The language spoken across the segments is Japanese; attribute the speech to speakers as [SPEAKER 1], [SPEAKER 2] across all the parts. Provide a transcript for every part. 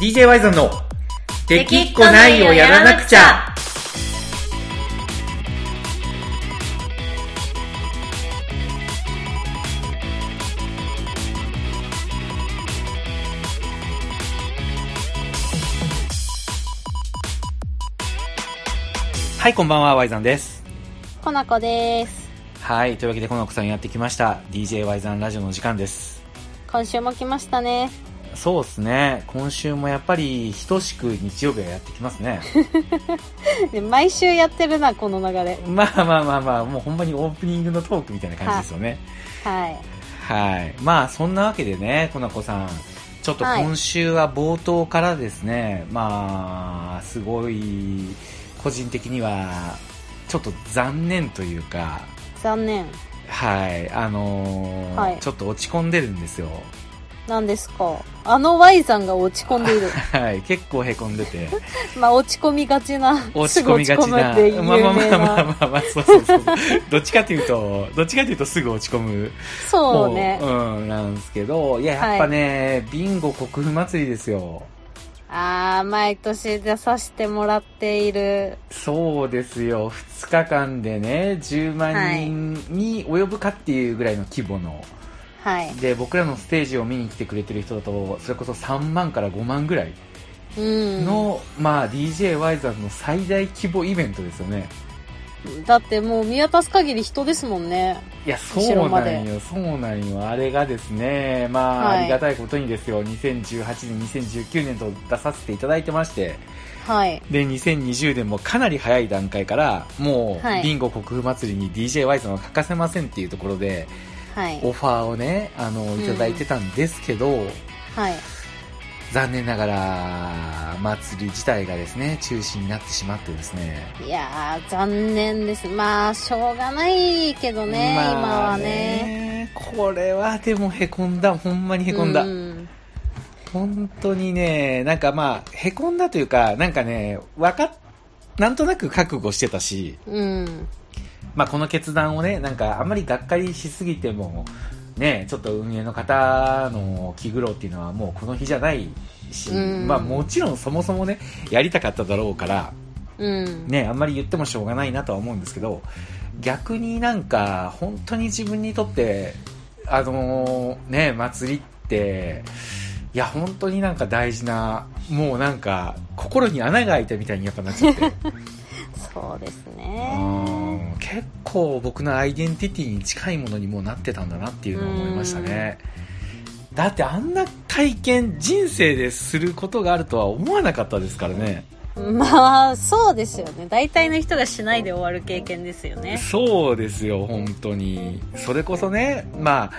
[SPEAKER 1] DJ ワイゾンの「できっこないをやらなくちゃ」はいこんばんはワイザンです
[SPEAKER 2] コナコです
[SPEAKER 1] はいというわけでこの奥さんやってきました DJ ワイザンラジオの時間です
[SPEAKER 2] 今週も来ましたね
[SPEAKER 1] そうですね今週もやっぱり等しく日曜日はやってきます ね
[SPEAKER 2] で毎週やってるなこの流れ
[SPEAKER 1] まあまあまあまあもうほんまにオープニングのトークみたいな感じですよね
[SPEAKER 2] はい
[SPEAKER 1] はいまあそんなわけでねコナコさんちょっと
[SPEAKER 2] はい
[SPEAKER 1] 今週は冒頭からですね、まあすごい個人的にはちょっと残念というか
[SPEAKER 2] 残念
[SPEAKER 1] はいあのー
[SPEAKER 2] はい
[SPEAKER 1] ちょっと落ち込んでるんですよ
[SPEAKER 2] なんですかあの Y さんが落ち込 んでいる
[SPEAKER 1] はい、結構へこんで て、
[SPEAKER 2] まあ落ち込みがちな
[SPEAKER 1] 落ち込みがちな。
[SPEAKER 2] すぐ落ち込む
[SPEAKER 1] ま
[SPEAKER 2] っ
[SPEAKER 1] あ
[SPEAKER 2] て
[SPEAKER 1] まあ
[SPEAKER 2] 有
[SPEAKER 1] まあ
[SPEAKER 2] 名
[SPEAKER 1] まあ
[SPEAKER 2] な
[SPEAKER 1] まあまあ、そうそう そう。どっちかというと、どっちかというとすぐ落ち込む方。
[SPEAKER 2] そうね
[SPEAKER 1] うん、なんですけど、いや、やっぱね、ビンゴ国府祭りですよ。
[SPEAKER 2] ああ毎年出させてもらっている
[SPEAKER 1] そうですよ。2日間でね、10万人に及ぶかっていうぐらいの規模の。
[SPEAKER 2] はい
[SPEAKER 1] で、僕らのステージを見に来てくれてる人だと、それこそ3万から5万ぐらい
[SPEAKER 2] うん
[SPEAKER 1] の、まあ、DJY ザーズの最大規模イベントですよね。
[SPEAKER 2] だってもう見渡す限り人ですもんね
[SPEAKER 1] いや、
[SPEAKER 2] 後
[SPEAKER 1] そう
[SPEAKER 2] ろま
[SPEAKER 1] なん
[SPEAKER 2] で
[SPEAKER 1] よ、そうなんよ。あれがですね、まあ、
[SPEAKER 2] はい
[SPEAKER 1] ありがたいことにですよ、2018年、2019年と出させていただいてまして、
[SPEAKER 2] はい
[SPEAKER 1] で、2020年もかなり早い段階から、もう、
[SPEAKER 2] はい
[SPEAKER 1] ビンゴ国風祭りに DJY さんは欠かせませんっていうところで、
[SPEAKER 2] はい
[SPEAKER 1] オファーをね、あの、いただいてたんですけど、
[SPEAKER 2] はい
[SPEAKER 1] 残念ながら、祭り自体がですね、中止になってしまってですね。
[SPEAKER 2] いやー残念ですまあしょうがないけどね、
[SPEAKER 1] まあ
[SPEAKER 2] 今はね
[SPEAKER 1] ね。これはでもへこんだ、ほんまにへこんだ。
[SPEAKER 2] うん
[SPEAKER 1] 本当にね、なんかまあ、へこんだというか、なんかね、わかっ、なんとなく覚悟してたし、
[SPEAKER 2] うん
[SPEAKER 1] まあこの決断をね、なんかあんまりがっかりしすぎても、ね、ちょっと運営の方の気苦労っていうのはもうこの日じゃないし、
[SPEAKER 2] うん
[SPEAKER 1] まあもちろんそもそもね、やりたかっただろうから、
[SPEAKER 2] うん、
[SPEAKER 1] ね、あんまり言ってもしょうがないなとは思うんですけど、逆になんか、本当に自分にとって、あのーね、祭りって、いや、本当になんか大事な、もうなんか、心に穴が開いたみたいにやっぱなっちゃって。
[SPEAKER 2] そうです
[SPEAKER 1] う
[SPEAKER 2] ね
[SPEAKER 1] ん結構僕のアイデンティティに近いものにもうなってたんだなっていうのを思いましたね。だってあんな体験人生ですることがあるとは思わなかったですからね。
[SPEAKER 2] まあそうですよね大体の人がしないで終わる経験ですよね
[SPEAKER 1] そうですよ、本当に。それこそね、まあ、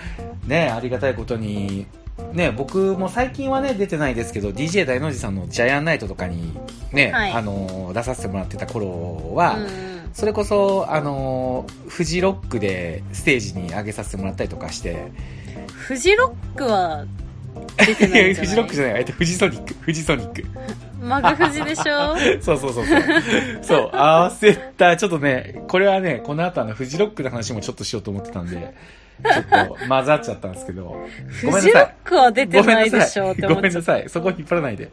[SPEAKER 1] ね、ありがたいことに、ね、僕も最近はね、出てないですけど、DJ 大の字さんのジャイアンナイトとかに、ね、
[SPEAKER 2] はい
[SPEAKER 1] あの、出させてもらってた頃は、
[SPEAKER 2] うん
[SPEAKER 1] それこそ、あの、フジロックでステージに上げさせてもらったりとかして、
[SPEAKER 2] フジロックは出て
[SPEAKER 1] い
[SPEAKER 2] ないん
[SPEAKER 1] や、
[SPEAKER 2] じ
[SPEAKER 1] フ
[SPEAKER 2] ゃない
[SPEAKER 1] ジロックじゃない、えっと、フジソニック、フジソニック。
[SPEAKER 2] マガフジでし ょ
[SPEAKER 1] そうそうそうそう。そう、合わせた、ちょっとね、これはね、この後あの、フジロックの話もちょっとしようと思ってたんで、ちょっと混ざっちゃったんですけど。ごめん
[SPEAKER 2] フ
[SPEAKER 1] な
[SPEAKER 2] ジロ
[SPEAKER 1] さ
[SPEAKER 2] ッ
[SPEAKER 1] い。
[SPEAKER 2] クは出て
[SPEAKER 1] ごめん
[SPEAKER 2] ないで
[SPEAKER 1] な
[SPEAKER 2] し
[SPEAKER 1] さ
[SPEAKER 2] ょ
[SPEAKER 1] い
[SPEAKER 2] って。
[SPEAKER 1] ご
[SPEAKER 2] 思っ
[SPEAKER 1] めん
[SPEAKER 2] ちゃ
[SPEAKER 1] な
[SPEAKER 2] っ
[SPEAKER 1] さい。そこ引っ張らないで。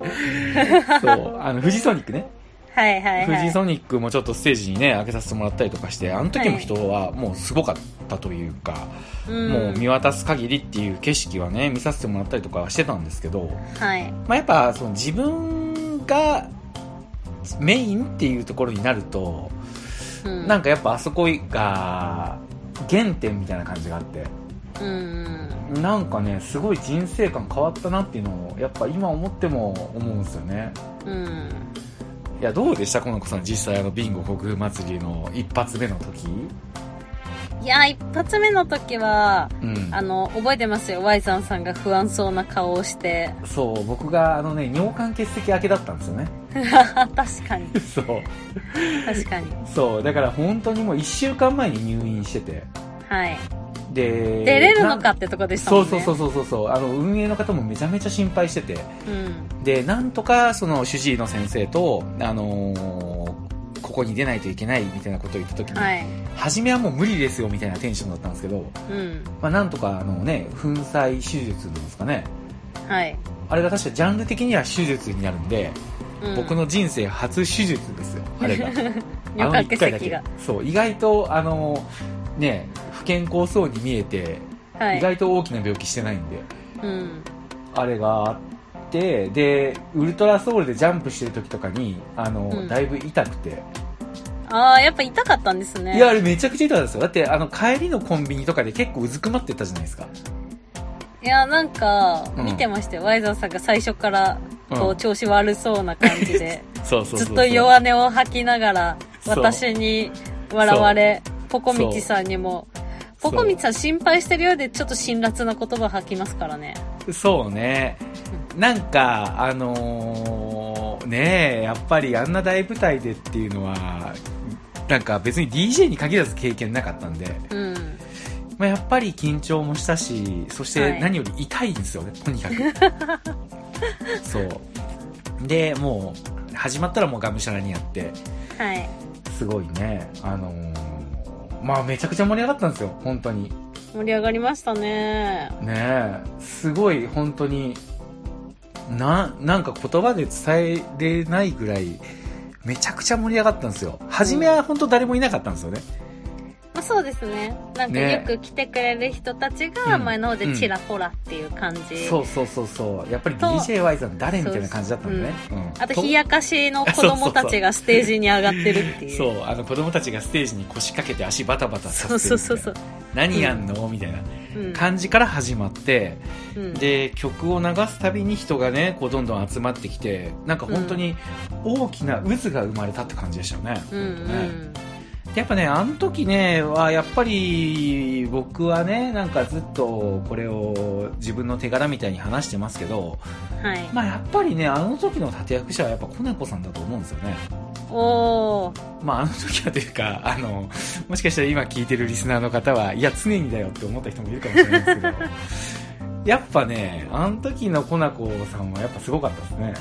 [SPEAKER 1] そう、あの、フジソニックね。
[SPEAKER 2] たはいはい
[SPEAKER 1] フ
[SPEAKER 2] は
[SPEAKER 1] ジ
[SPEAKER 2] い
[SPEAKER 1] ソニックもちょっとステージにね、開けさせてもらったりとかして、あの時の人はもうすごかったというか、
[SPEAKER 2] うん
[SPEAKER 1] もう見渡す限りっていう景色はね、見させてもらったりとかはしてたんですけど、
[SPEAKER 2] はい
[SPEAKER 1] まあ、やっぱその自分がメインっていうところになると、
[SPEAKER 2] うん
[SPEAKER 1] なんかやっぱあそこが原点みたいな感じがあって
[SPEAKER 2] うん
[SPEAKER 1] なんかねすごい人生観変わったなっていうのをやっぱ今思っても思うんですよね
[SPEAKER 2] うん
[SPEAKER 1] いやどうでしたこの子さん実際あのビンゴ国風祭りの一発目の時
[SPEAKER 2] いや一発目の時は
[SPEAKER 1] うん
[SPEAKER 2] あの覚えてますよ Y さんさんが不安そうな顔をして
[SPEAKER 1] そう僕があのね尿管結石明けだったんですよね
[SPEAKER 2] 確かに
[SPEAKER 1] そう
[SPEAKER 2] 確かに
[SPEAKER 1] そうだから本当にもう1週間前に入院してて
[SPEAKER 2] はい
[SPEAKER 1] で
[SPEAKER 2] 出れるの
[SPEAKER 1] な
[SPEAKER 2] かってとこでした
[SPEAKER 1] そ
[SPEAKER 2] もん
[SPEAKER 1] う
[SPEAKER 2] ね
[SPEAKER 1] そうそううそうそうそうあの運営の方もめちゃめちゃ心配してて
[SPEAKER 2] そう、うん、
[SPEAKER 1] でなんとかその主治医の先生と、あのーここに出ないといけないみたいなことを言った時に、
[SPEAKER 2] はい
[SPEAKER 1] 初めはもう無理ですよみたいなテンションだったんですけど、
[SPEAKER 2] うん
[SPEAKER 1] まあ、なんとかあのね粉砕手術なんですかね
[SPEAKER 2] はい
[SPEAKER 1] あれが確かジャンル的には手術になるんで、
[SPEAKER 2] うん
[SPEAKER 1] 僕の人生初手術ですよあれ があ
[SPEAKER 2] 旅
[SPEAKER 1] の
[SPEAKER 2] 客
[SPEAKER 1] 一回だ
[SPEAKER 2] 席
[SPEAKER 1] け
[SPEAKER 2] が
[SPEAKER 1] そう意外とあのね不健康そうに見えて、
[SPEAKER 2] は
[SPEAKER 1] 意
[SPEAKER 2] い、
[SPEAKER 1] 外と大きな病気してないんで
[SPEAKER 2] うん、
[SPEAKER 1] あれがあってでウルトラソウルでジャンプしてる時とかにあの、
[SPEAKER 2] うん
[SPEAKER 1] だいぶ痛くて、
[SPEAKER 2] ああやっぱ痛かったんですね
[SPEAKER 1] いやあれめちゃくちゃ痛かったですよだってあの帰りのコンビニとかで結構うずくまってたじゃないですか
[SPEAKER 2] いやなんか
[SPEAKER 1] うん
[SPEAKER 2] 見てましたよ、ワイザーさんが最初からこ
[SPEAKER 1] う
[SPEAKER 2] うん調子悪そうな感じで、
[SPEAKER 1] そうそうそうそう
[SPEAKER 2] ずっと弱音を吐きながら
[SPEAKER 1] そう
[SPEAKER 2] 私に笑われポコミチさんにも
[SPEAKER 1] そう
[SPEAKER 2] ポコミチさん心配してるようでちょっと辛辣な言葉吐きますからね
[SPEAKER 1] そうね、なんか、あのーねえ、やっぱりあんな大舞台でっていうのは、なんか別に DJ に限らず経験なかったんで、
[SPEAKER 2] うん
[SPEAKER 1] まあ、やっぱり緊張もしたし、そし
[SPEAKER 2] は
[SPEAKER 1] て
[SPEAKER 2] い
[SPEAKER 1] 何より痛いんですよね、とに かく。そう。で、もう、始まったらもうがむしゃらにやって、
[SPEAKER 2] はい
[SPEAKER 1] すごいね、あのーまあめちゃくちゃ盛り上がったんですよ、本当に。
[SPEAKER 2] 盛り上がりましたね
[SPEAKER 1] ねえすごい本当にななんか言葉で伝えれないぐらいめちゃくちゃ盛り上がったんですよ初めは本当誰もいなかったんですよね、
[SPEAKER 2] まあ、そうですねなんか
[SPEAKER 1] ね
[SPEAKER 2] よく来てくれる人たちが
[SPEAKER 1] うん
[SPEAKER 2] 前の方でちらほらっていう感じ、
[SPEAKER 1] そうそうそうそうやっぱり
[SPEAKER 2] と
[SPEAKER 1] DJY さん誰みたいな感じだったんでねうん
[SPEAKER 2] あと
[SPEAKER 1] と
[SPEAKER 2] 冷やかしの子供たちがステージに上がってるっていう
[SPEAKER 1] そうあの子供たちがステージに腰掛けて足バタバタさせて
[SPEAKER 2] そ
[SPEAKER 1] る
[SPEAKER 2] う
[SPEAKER 1] みたいな
[SPEAKER 2] そうそうそう
[SPEAKER 1] 何やんの、みたいな
[SPEAKER 2] うん
[SPEAKER 1] 感じから始まって、
[SPEAKER 2] うん
[SPEAKER 1] で曲を流すたびに人がねこうどんどん集まってきてなんか本当に大きな渦が生まれたって感じでしたよね、
[SPEAKER 2] うんうん
[SPEAKER 1] やっぱね、あの時ね、はやっぱり僕はね、なんかずっとこれを自分の手柄みたいに話してますけど、
[SPEAKER 2] はい
[SPEAKER 1] まあやっぱりね、あの時の立役者はやっぱコナコさんだと思うんですよね。
[SPEAKER 2] おお
[SPEAKER 1] まああの時はというか、あの、もしかしたら今聞いてるリスナーの方は、いや常にだよって思った人もいるかもしれないです けど、やっぱね、あの時のコナコさんはやっぱすごかったですね。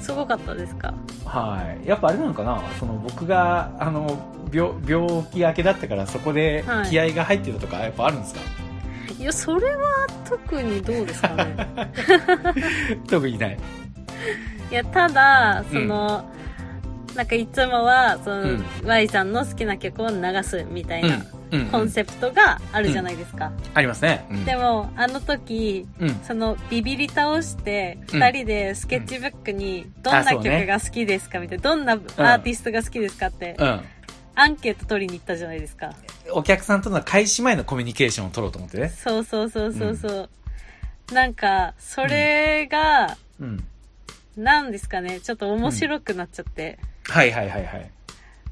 [SPEAKER 2] すごかったですか
[SPEAKER 1] はい、やっぱあれなのかな、その僕があの病病気明けだったから、そこで
[SPEAKER 2] はい
[SPEAKER 1] 気合が入ってるとか、やっぱあるんですか、
[SPEAKER 2] いやそれは特にどうですか ね
[SPEAKER 1] 特にない。
[SPEAKER 2] いやただ
[SPEAKER 1] うん
[SPEAKER 2] その、なんかいつもはその、
[SPEAKER 1] うん
[SPEAKER 2] Y さんの好きな曲を流すみたいな
[SPEAKER 1] うん、うん
[SPEAKER 2] コンセプトがあるじゃないですか、
[SPEAKER 1] ありますね。うん
[SPEAKER 2] でもあの時
[SPEAKER 1] うん、
[SPEAKER 2] そのビビり倒して
[SPEAKER 1] うん
[SPEAKER 2] 2人でスケッチブックにどん
[SPEAKER 1] あ
[SPEAKER 2] な
[SPEAKER 1] そう
[SPEAKER 2] 曲
[SPEAKER 1] ね
[SPEAKER 2] が好きですかみたいなどんなアーティストが好きですかって
[SPEAKER 1] うん、
[SPEAKER 2] アンケート取りに行ったじゃないですか
[SPEAKER 1] お客さんとの開始前のコミュニケーションを取ろうと思ってね。
[SPEAKER 2] そうそうそうそうそう、なんかそれが
[SPEAKER 1] うん、
[SPEAKER 2] 何ですかねちょっと面白くなっちゃって、
[SPEAKER 1] はいはいはいはい。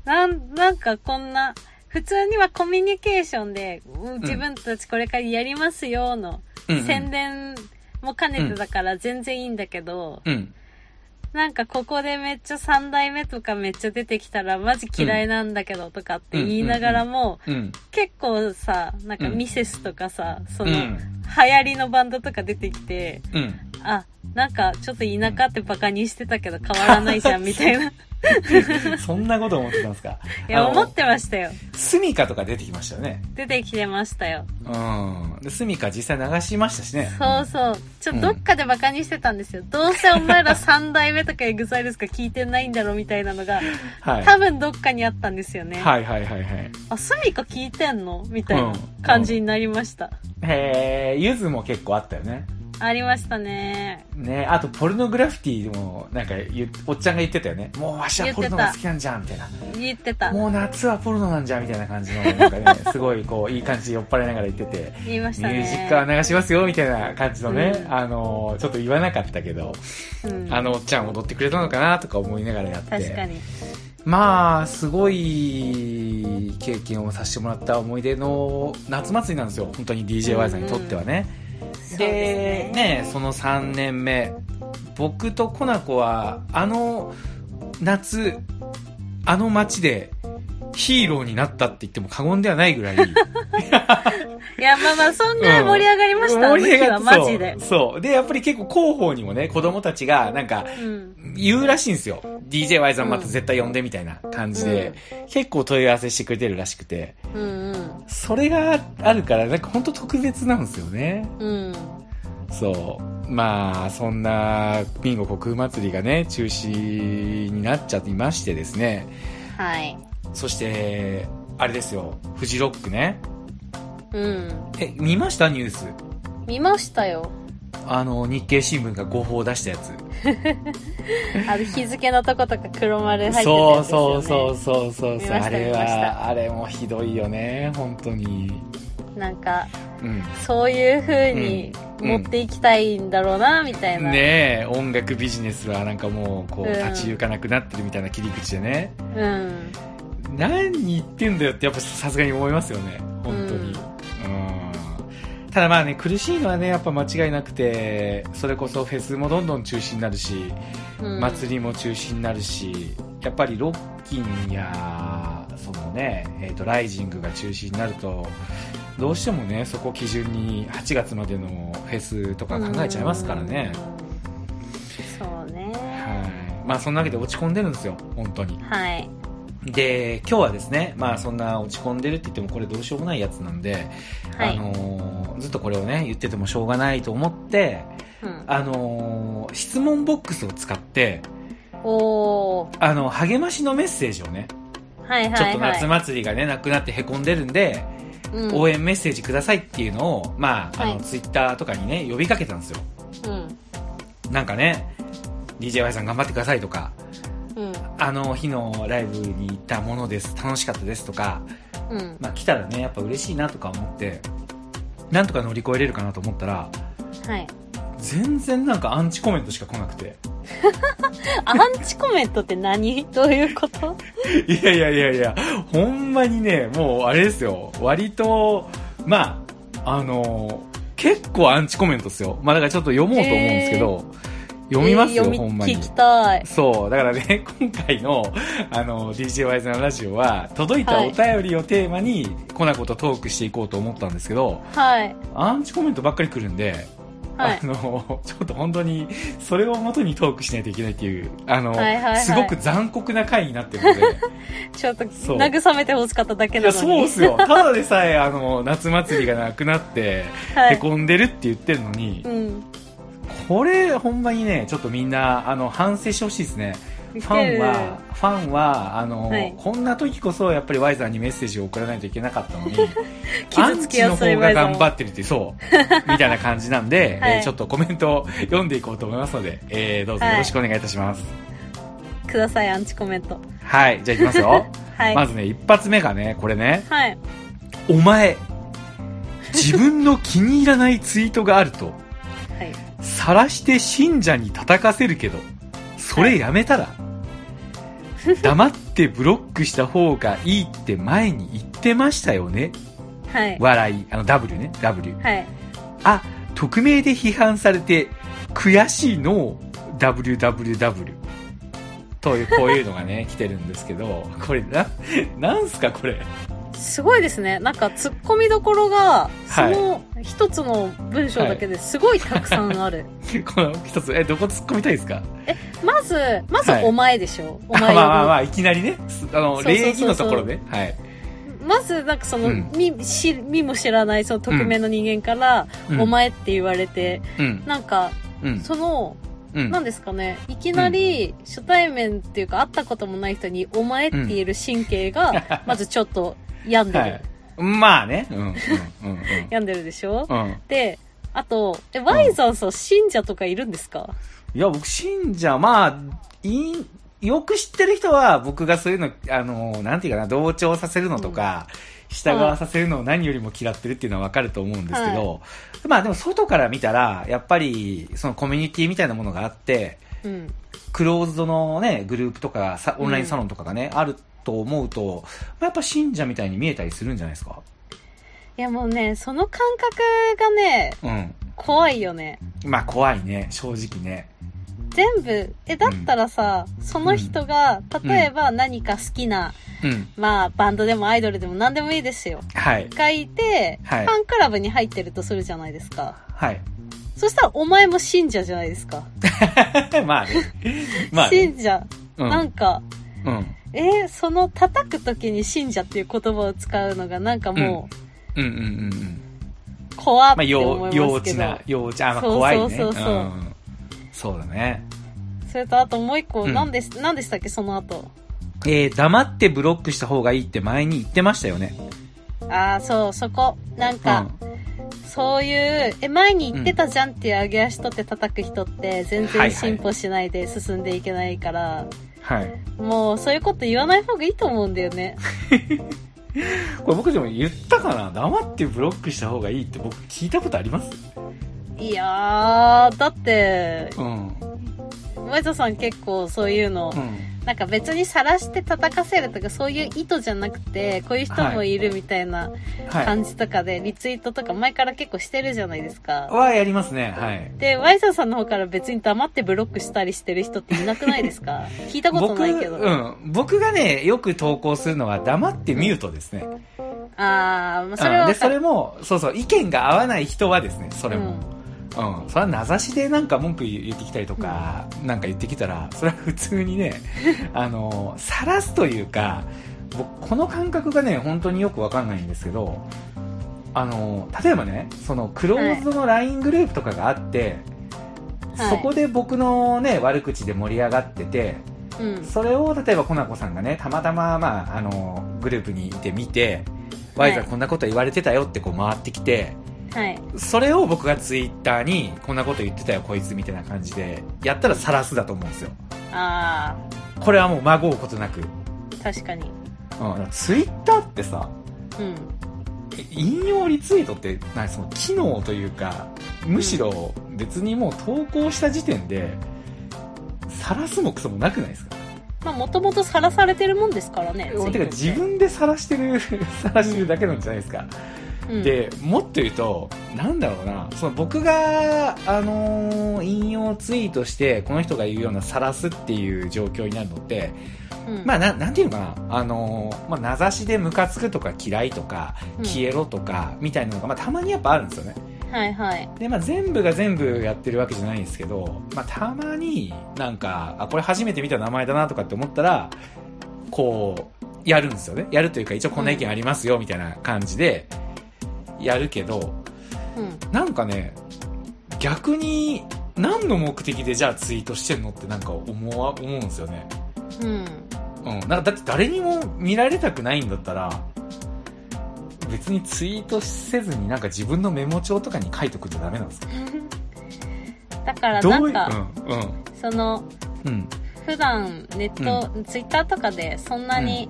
[SPEAKER 2] なんなんかこんな普通にはコミュニケーションでうん自分たちこれからやりますよの
[SPEAKER 1] うんうん
[SPEAKER 2] 宣伝も兼ねてだから全然いいんだけど、
[SPEAKER 1] うん、
[SPEAKER 2] なんかここでめっちゃ三代目とかめっちゃ出てきたらマジ嫌いなんだけどとかって言いながらも、
[SPEAKER 1] うん、
[SPEAKER 2] 結構さ、なんか
[SPEAKER 1] うん
[SPEAKER 2] ミセスとかさ、そうの、流
[SPEAKER 1] ん、
[SPEAKER 2] 行りのバンドとか出てきて、
[SPEAKER 1] うん。
[SPEAKER 2] あ、なんかちょっと田舎ってバカにしてたけど変わらないじゃんみたい な。い
[SPEAKER 1] そんなこと思ってたんですか。
[SPEAKER 2] や、
[SPEAKER 1] あの
[SPEAKER 2] 思ってましたよ。
[SPEAKER 1] スミカとか出てきましたよね。
[SPEAKER 2] 出てきてましたよ。
[SPEAKER 1] うん。でスミカ実際流しましたしね。
[SPEAKER 2] そうそう。ちょ、どっかでバカにしてたんですよ。どうせお前ら三代目とかエグザイルしか聞いてないんだろみたいなのが、
[SPEAKER 1] はい。
[SPEAKER 2] 多分どっかにあったんですよね。
[SPEAKER 1] はいはいはいはい。
[SPEAKER 2] あ、スミカ聞いてんのみたいな感じになりました。
[SPEAKER 1] えー、ゆずも結構あったよね。
[SPEAKER 2] ありましたね。
[SPEAKER 1] ねあとポルノグラフィティもなんか言うおっちゃんが言ってたよねもうわしはポルノが好きなんじゃんみたいな
[SPEAKER 2] 言ってた。
[SPEAKER 1] もう夏はポルノなんじゃみたいな感じのなんか、 ね、すごいこういい感じで酔っ払いながら言ってて
[SPEAKER 2] 言いまし
[SPEAKER 1] ミ
[SPEAKER 2] たね。
[SPEAKER 1] ュージックは流しますよみたいな感じのね、
[SPEAKER 2] うん
[SPEAKER 1] あのちょっと言わなかったけど、
[SPEAKER 2] うん
[SPEAKER 1] あのおっちゃん踊ってくれたのかなとか思いながらやって
[SPEAKER 2] 確かに。
[SPEAKER 1] まあすごい経験をさせてもらった思い出の夏祭りなんですよ本当に DJY さんにとってはね、
[SPEAKER 2] そう
[SPEAKER 1] でねその3年目僕とコナコはあの夏あの街でヒーローになったって言っても過言ではないぐらい
[SPEAKER 2] いや、まあまあ、そんな盛り上がりました。
[SPEAKER 1] 盛り上が
[SPEAKER 2] あの時はマジで
[SPEAKER 1] そう。そうでやっぱり結構広報にもね子供たちがなんか
[SPEAKER 2] うん。
[SPEAKER 1] 言うらしいんですよ DJY さんまた絶対呼んでみたいな感じで、結構問い合わせしてくれてるらしくて
[SPEAKER 2] うん
[SPEAKER 1] それがあるからなんか本当特別なんですよね
[SPEAKER 2] うん。うん。
[SPEAKER 1] そう。まあそんなビンゴ国風祭りがね中止になっちゃっていましてですね
[SPEAKER 2] はい。
[SPEAKER 1] そしてあれですよフジロックね
[SPEAKER 2] うん。
[SPEAKER 1] え見ましたニュース
[SPEAKER 2] 見ましたよ。
[SPEAKER 1] あの日経新聞が誤報を出したやつ
[SPEAKER 2] あの、日付のとことか黒丸入ってたやつ
[SPEAKER 1] そう
[SPEAKER 2] ですよ、
[SPEAKER 1] そ
[SPEAKER 2] ね。
[SPEAKER 1] うそうそうそう
[SPEAKER 2] 見
[SPEAKER 1] そう
[SPEAKER 2] ました
[SPEAKER 1] あれ
[SPEAKER 2] 見ました
[SPEAKER 1] はあれもひどいよね本当に
[SPEAKER 2] なんか、
[SPEAKER 1] うん
[SPEAKER 2] そういう風に
[SPEAKER 1] うん
[SPEAKER 2] 持っていきたいんだろうな、みたいな。。
[SPEAKER 1] ねえ音楽ビジネスはなんかもうこう
[SPEAKER 2] うん
[SPEAKER 1] 立ち行かなくなってるみたいな切り口でね、
[SPEAKER 2] うん。
[SPEAKER 1] 何言ってんだよってやっぱさすがに思いますよね本当にうんただまあね苦しいのはねやっぱ間違いなくてそれこそフェスもどんどん中止になるし、
[SPEAKER 2] うん。
[SPEAKER 1] 祭りも中止になるしやっぱりロッキンやそのね、えー、とライジングが中止になるとどうしてもねそこ基準に8月までのフェスとか考えちゃいますからね、
[SPEAKER 2] うん。そうね。
[SPEAKER 1] はいまあそんなわけで落ち込んでるんですよ本当に
[SPEAKER 2] はい。
[SPEAKER 1] で今日はですねまあそんな落ち込んでるって言ってもこれどうしようもないやつなんで、
[SPEAKER 2] はい。
[SPEAKER 1] あのーずっとこれをね言っててもしょうがないと思って
[SPEAKER 2] うん、
[SPEAKER 1] あのー質問ボックスを使って
[SPEAKER 2] おー。
[SPEAKER 1] あの励ましのメッセージをね
[SPEAKER 2] はいはいはい。
[SPEAKER 1] ちょっと夏祭りがねなくなってへこんでるんで、
[SPEAKER 2] うん、
[SPEAKER 1] 応援メッセージくださいっていうのをまああの、
[SPEAKER 2] はい
[SPEAKER 1] ツイッターとかにね呼びかけたんですよ
[SPEAKER 2] うん。
[SPEAKER 1] なんかね DJY さん頑張ってくださいとか
[SPEAKER 2] うん。
[SPEAKER 1] あの日のライブに行ったものです楽しかったですとか、
[SPEAKER 2] うん。
[SPEAKER 1] まあ、来たらねやっぱ嬉しいなとか思ってなんとか乗り越えれるかなと思ったら
[SPEAKER 2] はい。
[SPEAKER 1] 全然なんかアンチコメントしか来なくて
[SPEAKER 2] アンチコメントって何 どういうこと
[SPEAKER 1] いやいやいやいやほんまにねもうあれですよ割とまああの結構アンチコメントですよまあだからちょっと読もうと思うんですけど、読みます
[SPEAKER 2] えー
[SPEAKER 1] よ、
[SPEAKER 2] 読み
[SPEAKER 1] ほんまに
[SPEAKER 2] 聞きたい。
[SPEAKER 1] そうだからね今回のあの DJY さんのラジオは届いたお便りをテーマに、コナコとトークしていこうと思ったんですけど
[SPEAKER 2] はい。
[SPEAKER 1] アンチコメントばっかり来るんで、
[SPEAKER 2] はい
[SPEAKER 1] あ。のちょっと本当にそれを元にトークしないといけないっていうあの、
[SPEAKER 2] はいはいはい
[SPEAKER 1] すごく残酷な回になって るので
[SPEAKER 2] ちょっと
[SPEAKER 1] そう
[SPEAKER 2] 慰めてほしかっただけ
[SPEAKER 1] い
[SPEAKER 2] な
[SPEAKER 1] や
[SPEAKER 2] の
[SPEAKER 1] そう
[SPEAKER 2] に。
[SPEAKER 1] っすよただでさえあの夏祭りがなくなって、
[SPEAKER 2] は
[SPEAKER 1] へ
[SPEAKER 2] い。
[SPEAKER 1] こんでるって言ってるのに
[SPEAKER 2] うん。
[SPEAKER 1] これほんまにねちょっとみんなあの反省してほしいですねファンは、ファンは、あの、
[SPEAKER 2] はい
[SPEAKER 1] こんな時こそやっぱり Y さんにメッセージを送らないといけなかったの に、アン
[SPEAKER 2] 傷つき
[SPEAKER 1] チの
[SPEAKER 2] やすい
[SPEAKER 1] 方が
[SPEAKER 2] Y さん
[SPEAKER 1] 頑張ってるって、そう、みたいな感じなんで、
[SPEAKER 2] はい
[SPEAKER 1] えーちょっとコメントを読んでいこうと思いますので、えーどうぞよろしくお願いいたします。
[SPEAKER 2] ください、アンチコメント。
[SPEAKER 1] はい、じゃあいきますよ。
[SPEAKER 2] は い。
[SPEAKER 1] まずね、一発目がね、これね、
[SPEAKER 2] はい。
[SPEAKER 1] お前、自分の気に入らないツイートがあると、
[SPEAKER 2] はい。
[SPEAKER 1] 晒して信者に叩かせるけどそれやめたら黙ってブロックした方がいいって前に言ってましたよね
[SPEAKER 2] はい。
[SPEAKER 1] 笑いあの W ね W
[SPEAKER 2] はい。
[SPEAKER 1] あ匿名で批判されて悔しいのを WWW というこういうのがね 来てるんですけどこれななんすかこれ
[SPEAKER 2] すごいですね。なんか、突っ込みどころが、そ
[SPEAKER 1] はい
[SPEAKER 2] の一つの文章だけですごいたくさんある。
[SPEAKER 1] この一つえどこ突っ込みたいですか
[SPEAKER 2] まず、まず
[SPEAKER 1] はい
[SPEAKER 2] お前でしょ。お
[SPEAKER 1] あ
[SPEAKER 2] 前
[SPEAKER 1] ま
[SPEAKER 2] 呼
[SPEAKER 1] あ
[SPEAKER 2] ぶ
[SPEAKER 1] まあまあいきなりねすあの
[SPEAKER 2] そうそうそうそう
[SPEAKER 1] 礼儀のところで、ね、はい、
[SPEAKER 2] まず、なんかその、
[SPEAKER 1] うん
[SPEAKER 2] 見し見も知らない、その匿名の人間から、
[SPEAKER 1] うん
[SPEAKER 2] お前って言われて、
[SPEAKER 1] うん
[SPEAKER 2] なんか、
[SPEAKER 1] うん
[SPEAKER 2] その、
[SPEAKER 1] うん
[SPEAKER 2] なんですかね、いきなり初対面っていうか会ったこともない人にお前って言える神経が、まずちょっと病んでる。
[SPEAKER 1] はい。まあね。うん。うん。うん
[SPEAKER 2] 病んでるでしょ、
[SPEAKER 1] うん。うん。
[SPEAKER 2] で、あと、え、ワイザーさん信者とかいるんですか
[SPEAKER 1] いや、僕、信者、まあ、いい、よく知ってる人は、僕がそういうの、あの、なんていうかな、同調させるのとか、従わさせるのを何よりも嫌ってるっていうのはわかると思うんですけど、まあでも外から見たら、やっぱり、そのコミュニティみたいなものがあって、
[SPEAKER 2] うん。
[SPEAKER 1] クローズドのね、グループとか、さオンラインサロンとかがね、あると思うと、やっぱ信者みたいに見えたりするんじゃないですか。
[SPEAKER 2] いやもうね、その感覚がね、
[SPEAKER 1] うん。
[SPEAKER 2] 怖いよね。
[SPEAKER 1] まあ怖いね、正直ね。
[SPEAKER 2] 全部、え、だったらさ、その人が、例えば何か好きな、
[SPEAKER 1] うん。
[SPEAKER 2] まあ、バンドでもアイドルでも何でもいいですよ。
[SPEAKER 1] はい。
[SPEAKER 2] がいて、
[SPEAKER 1] はい
[SPEAKER 2] ファンクラブに入ってるとするじゃないですか。
[SPEAKER 1] はい。
[SPEAKER 2] そしたらお前も信者じゃないですか。
[SPEAKER 1] まあ ね。まあね。
[SPEAKER 2] 信者。
[SPEAKER 1] うん。
[SPEAKER 2] なんか、
[SPEAKER 1] うん。
[SPEAKER 2] えーその叩く時に信者っていう言葉を使うのがなんかも
[SPEAKER 1] うんうんうんうん。
[SPEAKER 2] う、怖っ
[SPEAKER 1] まあ、
[SPEAKER 2] て思
[SPEAKER 1] 幼
[SPEAKER 2] い
[SPEAKER 1] 幼
[SPEAKER 2] ま
[SPEAKER 1] 稚
[SPEAKER 2] すけど、
[SPEAKER 1] な、幼稚、あ、まあ、
[SPEAKER 2] そうそう
[SPEAKER 1] 怖いね。
[SPEAKER 2] そうそう
[SPEAKER 1] うんそうだね。
[SPEAKER 2] それとあともう一個、
[SPEAKER 1] うん
[SPEAKER 2] 何でし何でしたっけその後
[SPEAKER 1] えー、黙ってブロックした方がいいって前に言ってましたよね。
[SPEAKER 2] ああそうそこなん
[SPEAKER 1] う
[SPEAKER 2] か、
[SPEAKER 1] ん。
[SPEAKER 2] そういうえ前に言ってたじゃんっていう上げ足取って叩く人って全
[SPEAKER 1] はいは
[SPEAKER 2] 然
[SPEAKER 1] い
[SPEAKER 2] 進歩しないで進んでいけないから、
[SPEAKER 1] はい。
[SPEAKER 2] もうそういうこと言わない方がいいと思うんだよ ね
[SPEAKER 1] これ僕でも言ったかな黙ってブロックした方がいいって僕聞いたことあります
[SPEAKER 2] いやーだって
[SPEAKER 1] うん。うん。
[SPEAKER 2] 萌田さん結構そういうの、なんか別に晒して叩かせるとかそういう意図じゃなくてこういう人もいるみたいな
[SPEAKER 1] はい。
[SPEAKER 2] 感じとかでリツイートとか前から結構してるじゃないですか、
[SPEAKER 1] はやりますね。はい。
[SPEAKER 2] で、ワイザーさんの方から別に黙ってブロックしたりしてる人っていなくないで すか聞いたこと
[SPEAKER 1] 僕、
[SPEAKER 2] ないけど。
[SPEAKER 1] うん。僕がね、よく投稿するのは黙ってミュートですね。
[SPEAKER 2] あー、まあ、そ
[SPEAKER 1] うん、
[SPEAKER 2] れは
[SPEAKER 1] で
[SPEAKER 2] わか
[SPEAKER 1] そ
[SPEAKER 2] る
[SPEAKER 1] れもそうそう意見が合わない人はですねそれも、うんそれは名指しでなんか文句言ってきたりとか、なんか言ってきたらそれは普通に ねあの晒すというか僕この感覚がね本当によくわかんないんですけどあの例えばねそのクローズドの LINE グループとかがあって、
[SPEAKER 2] はい
[SPEAKER 1] そこで僕のね悪口で盛り上がってて
[SPEAKER 2] うん。
[SPEAKER 1] それを例えばコナコさんがねたまたま、まあ、あのグループにいて見て「
[SPEAKER 2] は
[SPEAKER 1] Y
[SPEAKER 2] い
[SPEAKER 1] さんこんなこと言われてたよ」ってこう回ってきて
[SPEAKER 2] はい。
[SPEAKER 1] それを僕がツイッターに「こんなこと言ってたよこいつ」みたいな感じでやったら晒すだと思うんですよ
[SPEAKER 2] あ
[SPEAKER 1] これはもう孫うことなく、
[SPEAKER 2] ー、確かに。
[SPEAKER 1] うん、ツイッターってさ
[SPEAKER 2] うん。
[SPEAKER 1] 引用リツイートってなんかその機能というかむしろ別にもう投稿した時点で晒すもクソもなくないですか
[SPEAKER 2] まあ、もともとさらされてるもんですからね。
[SPEAKER 1] てか
[SPEAKER 2] ツイ
[SPEAKER 1] 自
[SPEAKER 2] ートっ
[SPEAKER 1] 分で晒してる 晒してるだけなんじゃないですか
[SPEAKER 2] て、うん、
[SPEAKER 1] でもっと言うと、なんだろうな、その僕が、あのー引用ツイートして、この人が言うような晒すっていう状況になるのって、
[SPEAKER 2] うん、
[SPEAKER 1] まあ、ななんていうのかな、あのーまあ、名指しでムカつくとか嫌いとか、
[SPEAKER 2] うん
[SPEAKER 1] 消えろとか、みたいなのが、まあ、たまにやっぱあるんですよね。
[SPEAKER 2] はいはい。
[SPEAKER 1] で、まあ、全部が全部やってるわけじゃないんですけど、まあ、たまになんか、あ、これ初めて見た名前だなとかって思ったら、こう、やるんですよね。やるというか、一応こんな意見ありますよ、みたいな感じで、やるけど、
[SPEAKER 2] うん。
[SPEAKER 1] なんかね、逆に何の目的でじゃあツイートしてんのってなんか思わ、思うんですよね。
[SPEAKER 2] うん。
[SPEAKER 1] うん。なんかだって誰にも見られたくないんだったら、別にツイートせずになんか自分のメモ帳とかに書いとくとダメなんですか
[SPEAKER 2] だから、
[SPEAKER 1] どう
[SPEAKER 2] ないん
[SPEAKER 1] う、
[SPEAKER 2] か、
[SPEAKER 1] うん、
[SPEAKER 2] その、
[SPEAKER 1] うん、うん。
[SPEAKER 2] 普段ネット、ツイッターとかでそんなに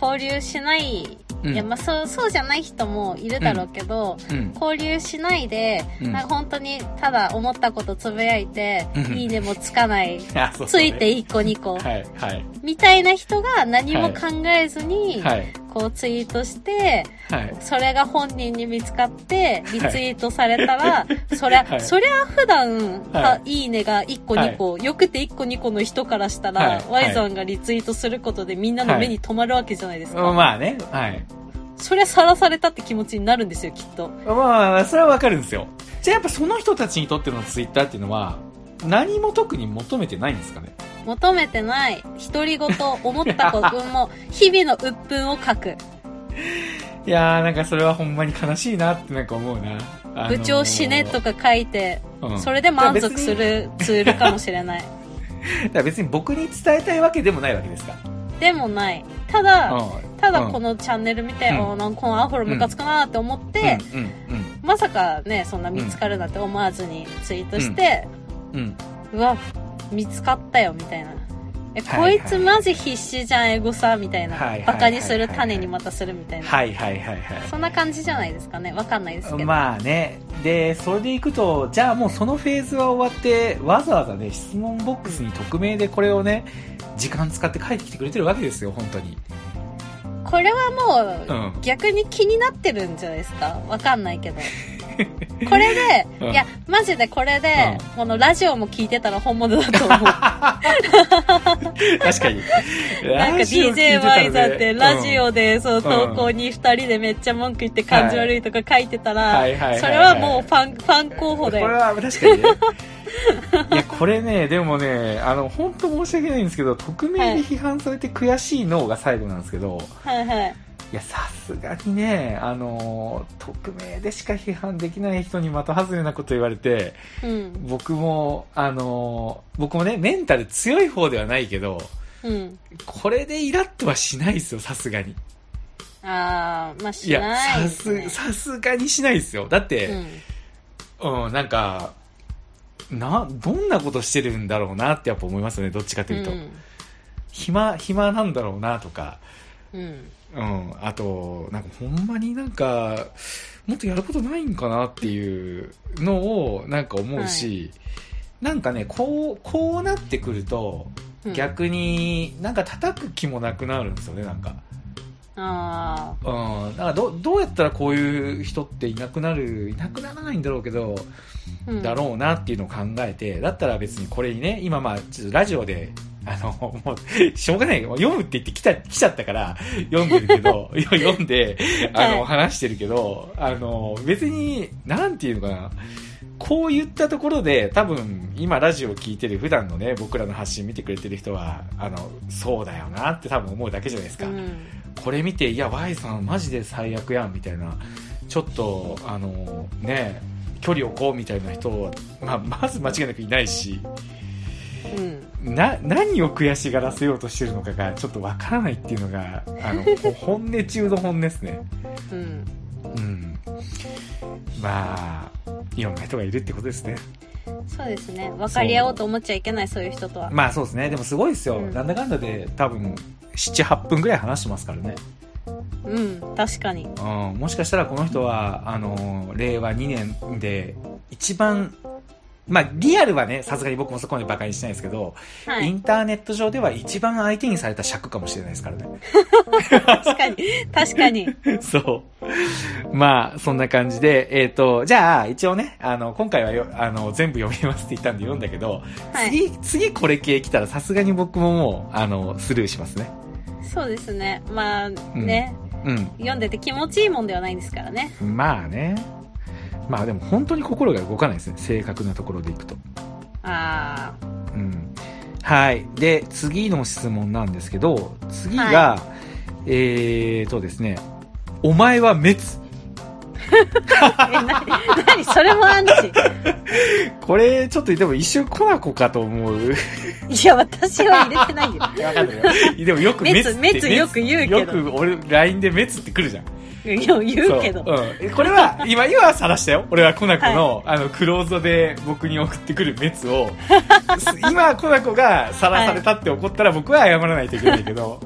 [SPEAKER 2] 交流しない、
[SPEAKER 1] うん
[SPEAKER 2] いや、まあ、そう、そうじゃない人もいるだろうけど、
[SPEAKER 1] うん。
[SPEAKER 2] 交流しないで、
[SPEAKER 1] うん
[SPEAKER 2] なんか本当にただ思ったことつぶやいて、
[SPEAKER 1] うん
[SPEAKER 2] いいねもつかない、
[SPEAKER 1] あ そうそう
[SPEAKER 2] つ
[SPEAKER 1] ね
[SPEAKER 2] いて1個2個、
[SPEAKER 1] はい、はい、
[SPEAKER 2] みたいな人が何も考えずに、
[SPEAKER 1] はい、
[SPEAKER 2] こうツイートして、
[SPEAKER 1] はい。
[SPEAKER 2] それが本人に見つかって、リツイートされ たら、そりゃ、
[SPEAKER 1] はい
[SPEAKER 2] そりゃ普段、
[SPEAKER 1] はい
[SPEAKER 2] い、いねが1個2個、よくて1個2個の人からしたら、
[SPEAKER 1] はい
[SPEAKER 2] Y さんがリツイートすることでみんなの目に留まるわけじゃないですか。
[SPEAKER 1] まあね、はい。
[SPEAKER 2] そりゃさらされたって気持ちになるんですよ、きっと。
[SPEAKER 1] まあまあ、それはわかるんですよ。じゃあやっぱその人たちにとってのツイッターっていうのは、何も特に求めてないんですかね
[SPEAKER 2] 求めてない独り言思ったこと も日々の鬱憤を書く
[SPEAKER 1] いやーなんかそれはほんまに悲しいなってなんか思うな。あのー
[SPEAKER 2] 部長死ねと、か書いて
[SPEAKER 1] うん
[SPEAKER 2] それで満足す。るツールかもし れない
[SPEAKER 1] だから別にだから別に僕に伝えたいわけでもないわけですか。
[SPEAKER 2] でもないただ
[SPEAKER 1] う
[SPEAKER 2] ただこのチャンネル見て、
[SPEAKER 1] うん
[SPEAKER 2] おーなんかこのアフロムカつくなーって思って、
[SPEAKER 1] ん、うん、
[SPEAKER 2] まさかねそんな見つかるなんて思わずにツイートして、
[SPEAKER 1] うん、うん。
[SPEAKER 2] うわ見つかったよみたいなえ、
[SPEAKER 1] はいはい
[SPEAKER 2] こいつマジ必死じゃんエゴさみたいな、
[SPEAKER 1] はいはいはいはい
[SPEAKER 2] バカにする種にまたするみたいな、
[SPEAKER 1] はいはいはいはい。
[SPEAKER 2] そんな感じじゃないですかねわかんないですけど、
[SPEAKER 1] まあね。で、それでいくと、じゃあもうそのフェーズは終わって、わざわざね、質問ボックスに匿名でこれをね、時間使って書いてきてくれてるわけですよ、本当に。
[SPEAKER 2] これは
[SPEAKER 1] うん
[SPEAKER 2] も う逆に気になってるんじゃないですかわかんない けどこれで、
[SPEAKER 1] うん
[SPEAKER 2] いやマジでこれで、
[SPEAKER 1] う
[SPEAKER 2] このラジオも聞いてたら本物だと思う
[SPEAKER 1] 確かに。
[SPEAKER 2] なん か
[SPEAKER 1] ラジオ聞いて
[SPEAKER 2] DJ
[SPEAKER 1] たら
[SPEAKER 2] ワ
[SPEAKER 1] ね
[SPEAKER 2] イザーってラジ
[SPEAKER 1] うん
[SPEAKER 2] オで、その投稿に2人でめっちゃ文句言って感じ悪いとか書いてたら、
[SPEAKER 1] はいはいはいはい
[SPEAKER 2] それはもうファンファン候補だ
[SPEAKER 1] これ
[SPEAKER 2] よ
[SPEAKER 1] は確かにねいやこれねでもねあの本当申し訳ないんですけど匿名で批判されて悔しい脳が最後なんですけど、
[SPEAKER 2] はいはい
[SPEAKER 1] いや、さすがにね、あの、匿名でしか批判できない人に的外れなこと言われて、
[SPEAKER 2] うん
[SPEAKER 1] 僕も、あの、僕もね、メンタル強い方ではないけど、
[SPEAKER 2] うん
[SPEAKER 1] これでイラッとはしないですよ、さすがに。
[SPEAKER 2] ああまあ
[SPEAKER 1] い
[SPEAKER 2] し
[SPEAKER 1] や、
[SPEAKER 2] ない
[SPEAKER 1] さ
[SPEAKER 2] ですね
[SPEAKER 1] す、さすがにしないですよ。だって、うん、なんか、な、どんなことしてるんだろうなってやっぱ思いますよね、どっちかというと。暇、暇なんだろうなとか、
[SPEAKER 2] うんうん
[SPEAKER 1] うん、あと、なんかほんまになんか、もっとやることないんかなっていうのをなんか思うし、なんかね、こう、こうなってくると、
[SPEAKER 2] うん
[SPEAKER 1] 逆になんか叩く気もなくなるんですよね、なんか。
[SPEAKER 2] あ
[SPEAKER 1] うん、なんかどどうやったらこういう人っていなくなるいなくならないんだろうけど、
[SPEAKER 2] あ、うん、
[SPEAKER 1] だろうなっていうのを考えてだったら別にこれにね今まあちょっとラジオであのもうしょうがないもう読むって言って来た来ちゃったから読んでるけど よ読んであの、
[SPEAKER 2] はい
[SPEAKER 1] 話してるけどあの別になんていうのかなこう言ったところで多分今ラジオを聞いてる普段のね僕らの発信見てくれてる人はあのそうだよなって多分思うだけじゃないですか。
[SPEAKER 2] うん
[SPEAKER 1] これ見て、いや、Y さん、マジで最悪やんみたいな、ちょっと、あのね、距離を置こうみたいな人は、まあ、まず間違いなくいないし、
[SPEAKER 2] うん
[SPEAKER 1] な何を悔しがらせようとしてるのかがちょっとわからないっていうのが、あ のほ本音中の本音ですね。
[SPEAKER 2] うん
[SPEAKER 1] うん、まあ、いろんな人がいるってことですね。
[SPEAKER 2] そうですね分かり合おうと思っちゃいけないそういう人とは、
[SPEAKER 1] まあそうですね、でもすごいですよ、
[SPEAKER 2] うん
[SPEAKER 1] なんだかんだで、多分7、8分ぐらい話してますからね。
[SPEAKER 2] うん確かに
[SPEAKER 1] うん、もしかしたらこの人はあの令和2年で一番、まあ、リアルはねさすがに僕もそこまでバカにしてないですけど、
[SPEAKER 2] は
[SPEAKER 1] イ
[SPEAKER 2] い
[SPEAKER 1] ンターネット上では一番相手にされた尺かもしれないですから ね
[SPEAKER 2] 確かに 確かに
[SPEAKER 1] そうまあそんな感じで、えっとじゃあ一応ねあの今回はよあの全部読みますって言ったんで読んだけど、
[SPEAKER 2] はい
[SPEAKER 1] 次次これ系来たらさすがに僕ももうあのスルーしますね
[SPEAKER 2] そうですねまあね、
[SPEAKER 1] うん
[SPEAKER 2] 読んでて気持ちいいもんではないですからね
[SPEAKER 1] まあねまあでも本当に心が動かないですね正確なところでいくと
[SPEAKER 2] ああ
[SPEAKER 1] うんはい。で、次の質問なんですけど、次が、えーとですね、お前は滅。
[SPEAKER 2] え何 何それもアンチ
[SPEAKER 1] これ、ちょっとでも一瞬コナコかと思う。
[SPEAKER 2] いや私は入れてない よ
[SPEAKER 1] でもよく滅って
[SPEAKER 2] 滅滅よく言うけど
[SPEAKER 1] よく俺、LINE で滅ってくるじゃん。
[SPEAKER 2] いや言うけど
[SPEAKER 1] そうん。これは、今、今は晒したよ。俺はコナコの、あの、クローズで僕に送ってくる滅を、 今、コナコが晒されたって怒ったら僕は謝らないといけないけ ど、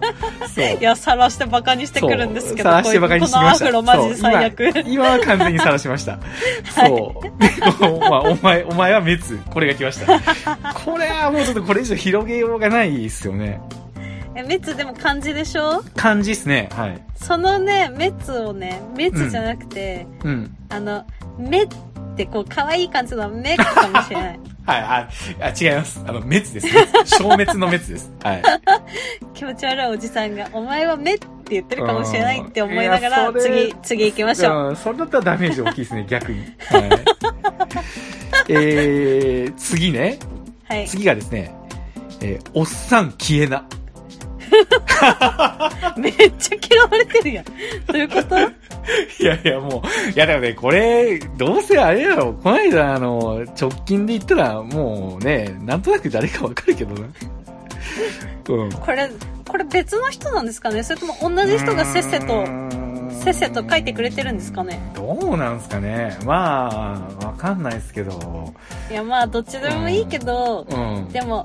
[SPEAKER 1] そう
[SPEAKER 2] い。や晒してバカにしてくるんですけど
[SPEAKER 1] 晒してバカにしてきました。
[SPEAKER 2] このアフロマジで最悪
[SPEAKER 1] そう今今 は完全に晒しました。そう。でこうまあ、お前、お前は滅。これが来ま した。これはもうちょっとこれ以上広げようがないですよね。
[SPEAKER 2] えメッツでも漢字でしょ
[SPEAKER 1] 感じですね。はい。
[SPEAKER 2] そのねメッツをねメッツじゃなくて、
[SPEAKER 1] うん。
[SPEAKER 2] あの目ってこう可愛い感じの目かもしれない
[SPEAKER 1] はい、あ、あ違います。あの、滅です。滅消滅の滅です。はい。
[SPEAKER 2] 気持ち悪いおじさんが「お前は目」って言ってるかもしれないって思いなが
[SPEAKER 1] う
[SPEAKER 2] ら
[SPEAKER 1] んいやそれ
[SPEAKER 2] 次次行きましょう
[SPEAKER 1] うん、それだったらダメージ大きいですね、逆に。はい。 えー、次ね。
[SPEAKER 2] はい
[SPEAKER 1] 次がですね、えーおっさん消えな。
[SPEAKER 2] めっちゃ嫌われてるやんどういうこと
[SPEAKER 1] いやいや、もう、いやでもね、これ、どうせあれやろ、この間、あの、直近で言ったら、もうね、なんとなく誰かわかるけどな。うん。
[SPEAKER 2] これこれ別の人なんですかねそれとも同じ人がせっせとせっせと書いてくれてるんですかね
[SPEAKER 1] どうなんすかね。まあ、わかんないですけど、
[SPEAKER 2] いやまあどっちでもいいけど
[SPEAKER 1] うん。
[SPEAKER 2] でも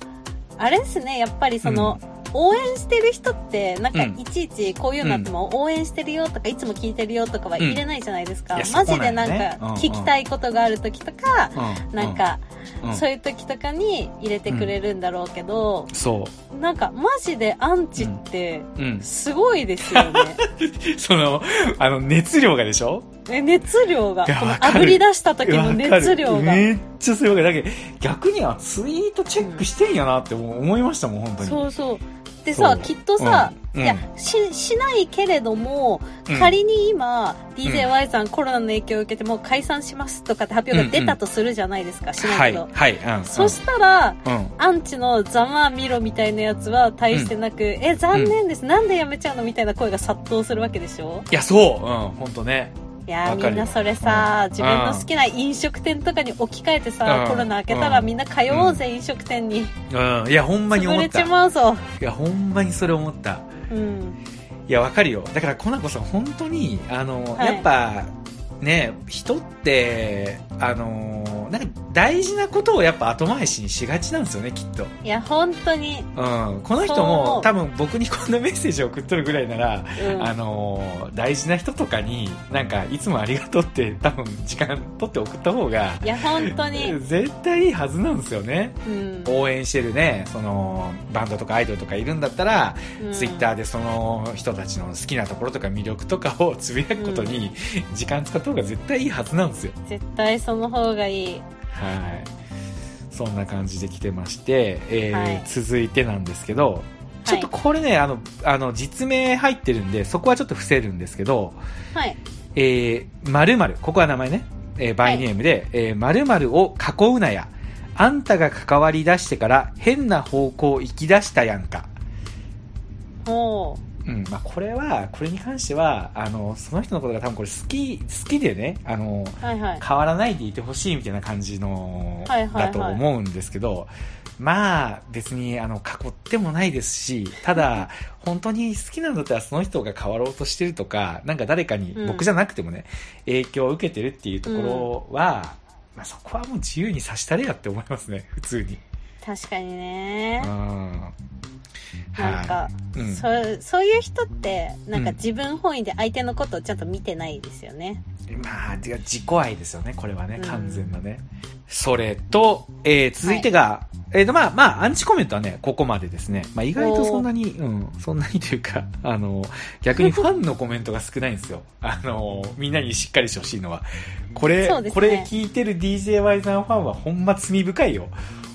[SPEAKER 2] あれですねやっぱりその、応援してる人ってなんか
[SPEAKER 1] うん
[SPEAKER 2] いちいちこういうのあっても応援してるよとかいつも聞いてるよとかは言えないじゃないですか、
[SPEAKER 1] うんいや
[SPEAKER 2] マジでなん
[SPEAKER 1] そうなんよねうん
[SPEAKER 2] か
[SPEAKER 1] うん
[SPEAKER 2] 聞きたいことがある時とか、
[SPEAKER 1] うん
[SPEAKER 2] なん、か
[SPEAKER 1] うん
[SPEAKER 2] そういう時とかに入れてくれるんだろうけど、
[SPEAKER 1] そ
[SPEAKER 2] なんかマジでアンチって
[SPEAKER 1] う。うん。
[SPEAKER 2] すごいですよね、
[SPEAKER 1] その、あの、熱量がでしょ
[SPEAKER 2] え熱量が
[SPEAKER 1] いや
[SPEAKER 2] この
[SPEAKER 1] わかる
[SPEAKER 2] 炙り出した時の
[SPEAKER 1] わかる
[SPEAKER 2] 熱量が
[SPEAKER 1] めっちゃすごい。だけど逆にはツイートチェックしてんやなって思う思いましたもん、本当に。
[SPEAKER 2] そうそうでさ
[SPEAKER 1] そう
[SPEAKER 2] きっとさ、
[SPEAKER 1] うん
[SPEAKER 2] いや
[SPEAKER 1] うん
[SPEAKER 2] ししないけれども、
[SPEAKER 1] うん
[SPEAKER 2] 仮に今
[SPEAKER 1] うん
[SPEAKER 2] DJY さんコロナの影響を受けてもう解散しますとかって発表が出たとするじゃないですか、しな
[SPEAKER 1] はいい
[SPEAKER 2] けど、
[SPEAKER 1] はいうん
[SPEAKER 2] そしたら、
[SPEAKER 1] うん
[SPEAKER 2] アンチのざまあ見ろみたいなやつは大してなく、え、残念です、なんでやめちゃうのみたいな声が殺到するわけでしょ
[SPEAKER 1] いやそううん本当ね
[SPEAKER 2] いや
[SPEAKER 1] わ
[SPEAKER 2] ー
[SPEAKER 1] か
[SPEAKER 2] み
[SPEAKER 1] る
[SPEAKER 2] んなそれ
[SPEAKER 1] う
[SPEAKER 2] さ、
[SPEAKER 1] ん
[SPEAKER 2] 自分の好きな飲食店とかに置き換えてさ、
[SPEAKER 1] うん
[SPEAKER 2] コロナ明けたら
[SPEAKER 1] うん
[SPEAKER 2] みんな通おうぜ、飲食店に。
[SPEAKER 1] うんいやほんまに
[SPEAKER 2] 潰
[SPEAKER 1] 思
[SPEAKER 2] れ
[SPEAKER 1] っ
[SPEAKER 2] ち
[SPEAKER 1] たい
[SPEAKER 2] まうぞ。
[SPEAKER 1] やほんまにそれ思った
[SPEAKER 2] うん。
[SPEAKER 1] いやわかるよだからコナコさん本当にあの、
[SPEAKER 2] はい
[SPEAKER 1] やっぱね人ってあのなんか大事なことをやっぱ後回しにしがちなんですよねきっと
[SPEAKER 2] いや、本当に。
[SPEAKER 1] うん、この人
[SPEAKER 2] そう思
[SPEAKER 1] も
[SPEAKER 2] う
[SPEAKER 1] 多分僕にこんなメッセージを送っとるぐらいなら、
[SPEAKER 2] うん。
[SPEAKER 1] あのー大事な人とかになんかいつもありがとうって多分時間取って送った方が
[SPEAKER 2] いや、本当に。
[SPEAKER 1] 絶対いいはずなんですよね
[SPEAKER 2] うん。
[SPEAKER 1] 応援してるねそのバンドとかアイドルとかいるんだったら、ツイッターでその人たちの好きなところとか魅力とかをつぶやくことに時間使った方が絶対いいはずなんですよ
[SPEAKER 2] ー。絶対その方がいい。
[SPEAKER 1] はいそんな感じで来てまして、えー
[SPEAKER 2] はい
[SPEAKER 1] 続いてなんですけどちょっとこれね、あの、あの、実名入ってるんで、そこはちょっと伏せるんですけど、
[SPEAKER 2] はい。
[SPEAKER 1] えー、〇〇、ここは名前ね、えー、バイネームで、えー、〇〇を囲うなや、あんたが関わり出してから変な方向行き出したやんか。
[SPEAKER 2] も
[SPEAKER 1] うん、まあ、これは、これに関しては、あの、その人のことが多分これ好き、好きでね、あの、
[SPEAKER 2] う、はいはい。
[SPEAKER 1] 変わらないでいてほしいみたいな感じの、
[SPEAKER 2] はいはいはい
[SPEAKER 1] だと思うんですけど、まあ別にあの囲ってもないですし、た だ本当に好きなんだったらその人が変わろうとしてるとか、なんか誰かに、
[SPEAKER 2] うん
[SPEAKER 1] 僕じゃなくてもね、影響を受けてるっていうところは、まあそこはもう自由にさしたれやって思いますね、普通に。
[SPEAKER 2] 確かに
[SPEAKER 1] うん。
[SPEAKER 2] ね。
[SPEAKER 1] はい
[SPEAKER 2] なんか、
[SPEAKER 1] うん
[SPEAKER 2] そう、そういう人って、なんか
[SPEAKER 1] うん
[SPEAKER 2] 自分本位で相手のことをちゃんと見てないですよね。
[SPEAKER 1] まあ、てか自己愛ですよね、これはね
[SPEAKER 2] う、ん
[SPEAKER 1] 完全なね。それと、えー続いてが、えっ、と、まあ、まあ、アンチコメントはね、ここまでですね。まあ、意外とそんなに、うん、そんなにというか、あの、逆にファンのコメントが少ないんですよ。あの、みんなにしっかりしてほしいのは。これ、
[SPEAKER 2] そうですね
[SPEAKER 1] これ聞いてる DJY さんファンはほんま罪深いよ。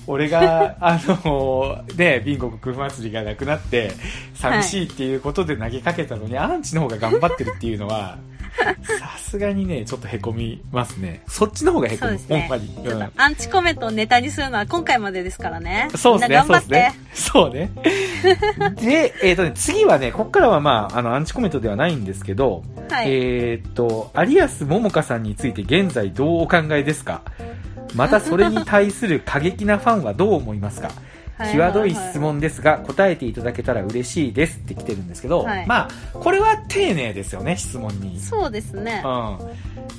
[SPEAKER 1] 俺 が、あの、ね、ビンゴ国祭りがなくなって、寂しいっていうことで投げかけたのに、アンチの方が頑張ってるっていうのは、さすがにね、ちょっとへこみますね。そっちの方がへこ
[SPEAKER 2] そう
[SPEAKER 1] む、
[SPEAKER 2] です
[SPEAKER 1] ほん
[SPEAKER 2] ね
[SPEAKER 1] まに。
[SPEAKER 2] ちょ
[SPEAKER 1] う
[SPEAKER 2] っ
[SPEAKER 1] ん
[SPEAKER 2] とアンチコメントをネタにするのは今回までですからね。
[SPEAKER 1] そうです
[SPEAKER 2] み
[SPEAKER 1] ね、
[SPEAKER 2] んな
[SPEAKER 1] そう
[SPEAKER 2] 頑張
[SPEAKER 1] で
[SPEAKER 2] っ
[SPEAKER 1] す
[SPEAKER 2] て。
[SPEAKER 1] ね。そうね。 で、えっ、とね、次はね、ここからはまあ、あの、アンチコメントではないんですけど、
[SPEAKER 2] はい。
[SPEAKER 1] えーっと、有安桃香さんについて現在どうお考えですかまたそれに対する過激なファンはどう思いますか
[SPEAKER 2] はい
[SPEAKER 1] 際どい質。問ですが、答えていただけたら嬉しいですって来てるんですけど、
[SPEAKER 2] はい
[SPEAKER 1] まあ、これは丁寧ですよね、質問に。
[SPEAKER 2] そうですね。
[SPEAKER 1] う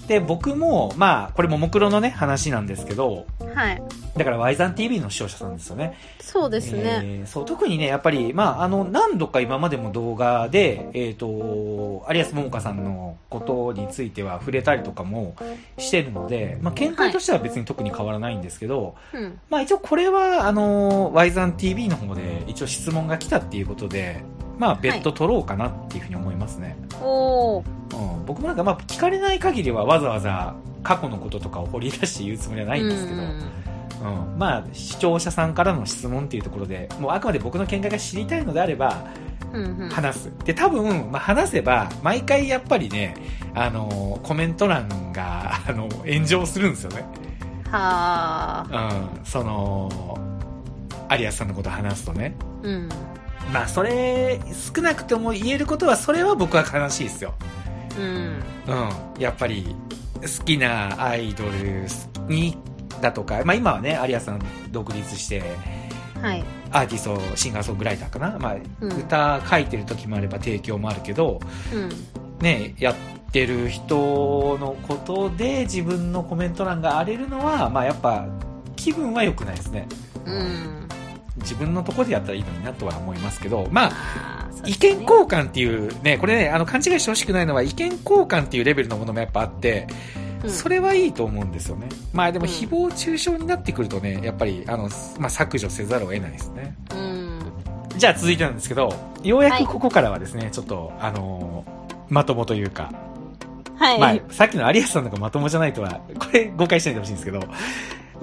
[SPEAKER 1] ん。で、僕も、まあ、これももクロのね、話なんですけど、
[SPEAKER 2] はい。
[SPEAKER 1] だから Y ザン TV の視聴者さんですよね。
[SPEAKER 2] そうですね。
[SPEAKER 1] えーそう特にね、やっぱり、まあ、あの何度か今までも動画で、えー、と有安桃香さんのことについては触れたりとかもしてるので、まあ、見解としては別に特に変わらないんですけど、
[SPEAKER 2] うん。
[SPEAKER 1] まあ、一応これはあの y z a n t v の方で一応質問が来たっていうことで、まあ、別途取ろうかなっていうふうに思いますね、
[SPEAKER 2] おー。
[SPEAKER 1] うん、僕もなんかまあ聞かれない限りはわざわざ過去のこととかを掘り出して言うつもりはないんですけど。
[SPEAKER 2] うん
[SPEAKER 1] うん、まあ視聴者さんからの質問っていうところでもうあくまで僕の見解が知りたいのであれば
[SPEAKER 2] うんうん。
[SPEAKER 1] 話すで多分、まあ、話せば毎回やっぱりねあのコメント欄があの炎上するんですよね、
[SPEAKER 2] は
[SPEAKER 1] うん、その有安さんのこと話すとね
[SPEAKER 2] ー。うん。
[SPEAKER 1] まあそれ少なくとも言えることはそれは僕は悲しいですよ
[SPEAKER 2] うん。
[SPEAKER 1] うん、やっぱり好きなアイドルにだとか、まあ、今はね有安さん独立して
[SPEAKER 2] はい。
[SPEAKER 1] アーティストシンガーソングライターかな、まあ、
[SPEAKER 2] うん
[SPEAKER 1] 歌書いてる時もあれば提供もあるけど、
[SPEAKER 2] うん。
[SPEAKER 1] ね、やってる人のことで自分のコメント欄が荒れるのは、まあ、やっぱ気分は良くないですね
[SPEAKER 2] うん。
[SPEAKER 1] 自分のところでやったらいいのになとは思いますけど、まあ、
[SPEAKER 2] あーそうで
[SPEAKER 1] 意
[SPEAKER 2] すね
[SPEAKER 1] 見交換っていうねこれねあの勘違いしてほしくないのは意見交換っていうレベルのものもやっぱあって、
[SPEAKER 2] うん
[SPEAKER 1] それはいいと思うんですよねまあでも
[SPEAKER 2] うん
[SPEAKER 1] 誹謗中傷になってくるとねやっぱりあの、まあ、削除せざるを得ないですね
[SPEAKER 2] うん。
[SPEAKER 1] じゃあ続いてなんですけど、ようや
[SPEAKER 2] はい
[SPEAKER 1] くここからはですね、ちょっと、あのーまともというか、
[SPEAKER 2] はい。
[SPEAKER 1] まあ、さっきの有安さんのがまともじゃないとは、これ誤解しないでほしいんですけど、ま
[SPEAKER 2] ま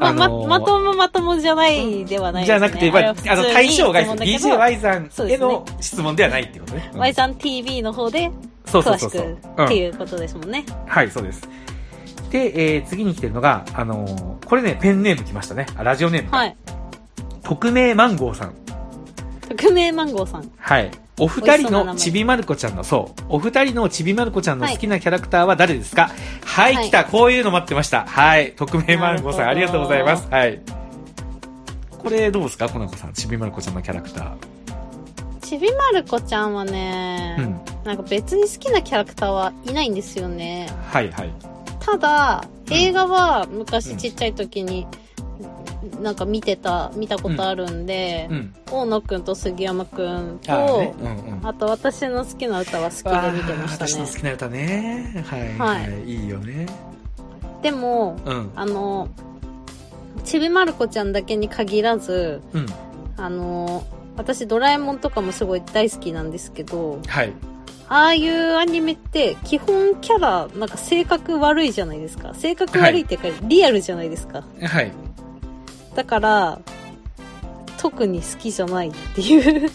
[SPEAKER 2] あ、
[SPEAKER 1] あのー
[SPEAKER 2] ままともまともじゃないではない
[SPEAKER 1] じ
[SPEAKER 2] で
[SPEAKER 1] ゃ
[SPEAKER 2] すね。
[SPEAKER 1] なくて、まあ、あの、対象外です DJY さ
[SPEAKER 2] そうんで
[SPEAKER 1] へ
[SPEAKER 2] すね
[SPEAKER 1] の質問ではないってことね。うん
[SPEAKER 2] Y さん TV の方で
[SPEAKER 1] そうそ
[SPEAKER 2] 詳
[SPEAKER 1] うそ
[SPEAKER 2] し
[SPEAKER 1] うそ
[SPEAKER 2] く
[SPEAKER 1] う。
[SPEAKER 2] って
[SPEAKER 1] うん
[SPEAKER 2] いうことですもんね。
[SPEAKER 1] はい、そうです。で、えー次に来てるのが、あのーこれね、ペンネーム来ましたね。あラジオネーム。
[SPEAKER 2] はい。
[SPEAKER 1] 匿名マンゴーさん。
[SPEAKER 2] 匿名マンゴーさん。
[SPEAKER 1] はい。お二人
[SPEAKER 2] 美味しそうな名
[SPEAKER 1] の
[SPEAKER 2] 前
[SPEAKER 1] ちびまる子ちゃんの、そう。お二人のちびまる子ちゃんの好きなキャラクターは誰ですかはい、
[SPEAKER 2] はい
[SPEAKER 1] 来た。こういうの待ってました。はい。匿名マンゴーさん、
[SPEAKER 2] な
[SPEAKER 1] あ
[SPEAKER 2] る
[SPEAKER 1] り
[SPEAKER 2] ほ
[SPEAKER 1] が
[SPEAKER 2] ど
[SPEAKER 1] とうございます。はい。これどうですかコナコさん。ちびまる子ちゃんのキャラクタ
[SPEAKER 2] ちびまる子ちゃんはね、
[SPEAKER 1] ー。うん。
[SPEAKER 2] なんか別に好きなキャラクターはいないんですよね。
[SPEAKER 1] はいはい。
[SPEAKER 2] ただ、
[SPEAKER 1] うん
[SPEAKER 2] 映画は昔
[SPEAKER 1] うん
[SPEAKER 2] ちっちゃい時に、なんか見てた、見たことあるんで、
[SPEAKER 1] うん。
[SPEAKER 2] 大野くんと杉山くんと、
[SPEAKER 1] あ
[SPEAKER 2] あ,、
[SPEAKER 1] あね。うんうん。
[SPEAKER 2] と私の好きな歌は好き
[SPEAKER 1] あ
[SPEAKER 2] で見てました
[SPEAKER 1] 私の
[SPEAKER 2] ね
[SPEAKER 1] 好。きな歌ね。はい。
[SPEAKER 2] はい
[SPEAKER 1] い。いいよね。
[SPEAKER 2] でも、
[SPEAKER 1] うん。
[SPEAKER 2] あの、ちびまる子ちゃんだけに限らず、
[SPEAKER 1] うん。
[SPEAKER 2] あの、私ドラえもんとかもすごい大好きなんですけど、
[SPEAKER 1] はい。
[SPEAKER 2] ああいうアニメって基本キャラ、なんか性格悪いじゃないですか。性格悪いっていうか、リアルじゃないですか。
[SPEAKER 1] はい。
[SPEAKER 2] だから、特に好きじゃないっ ていう。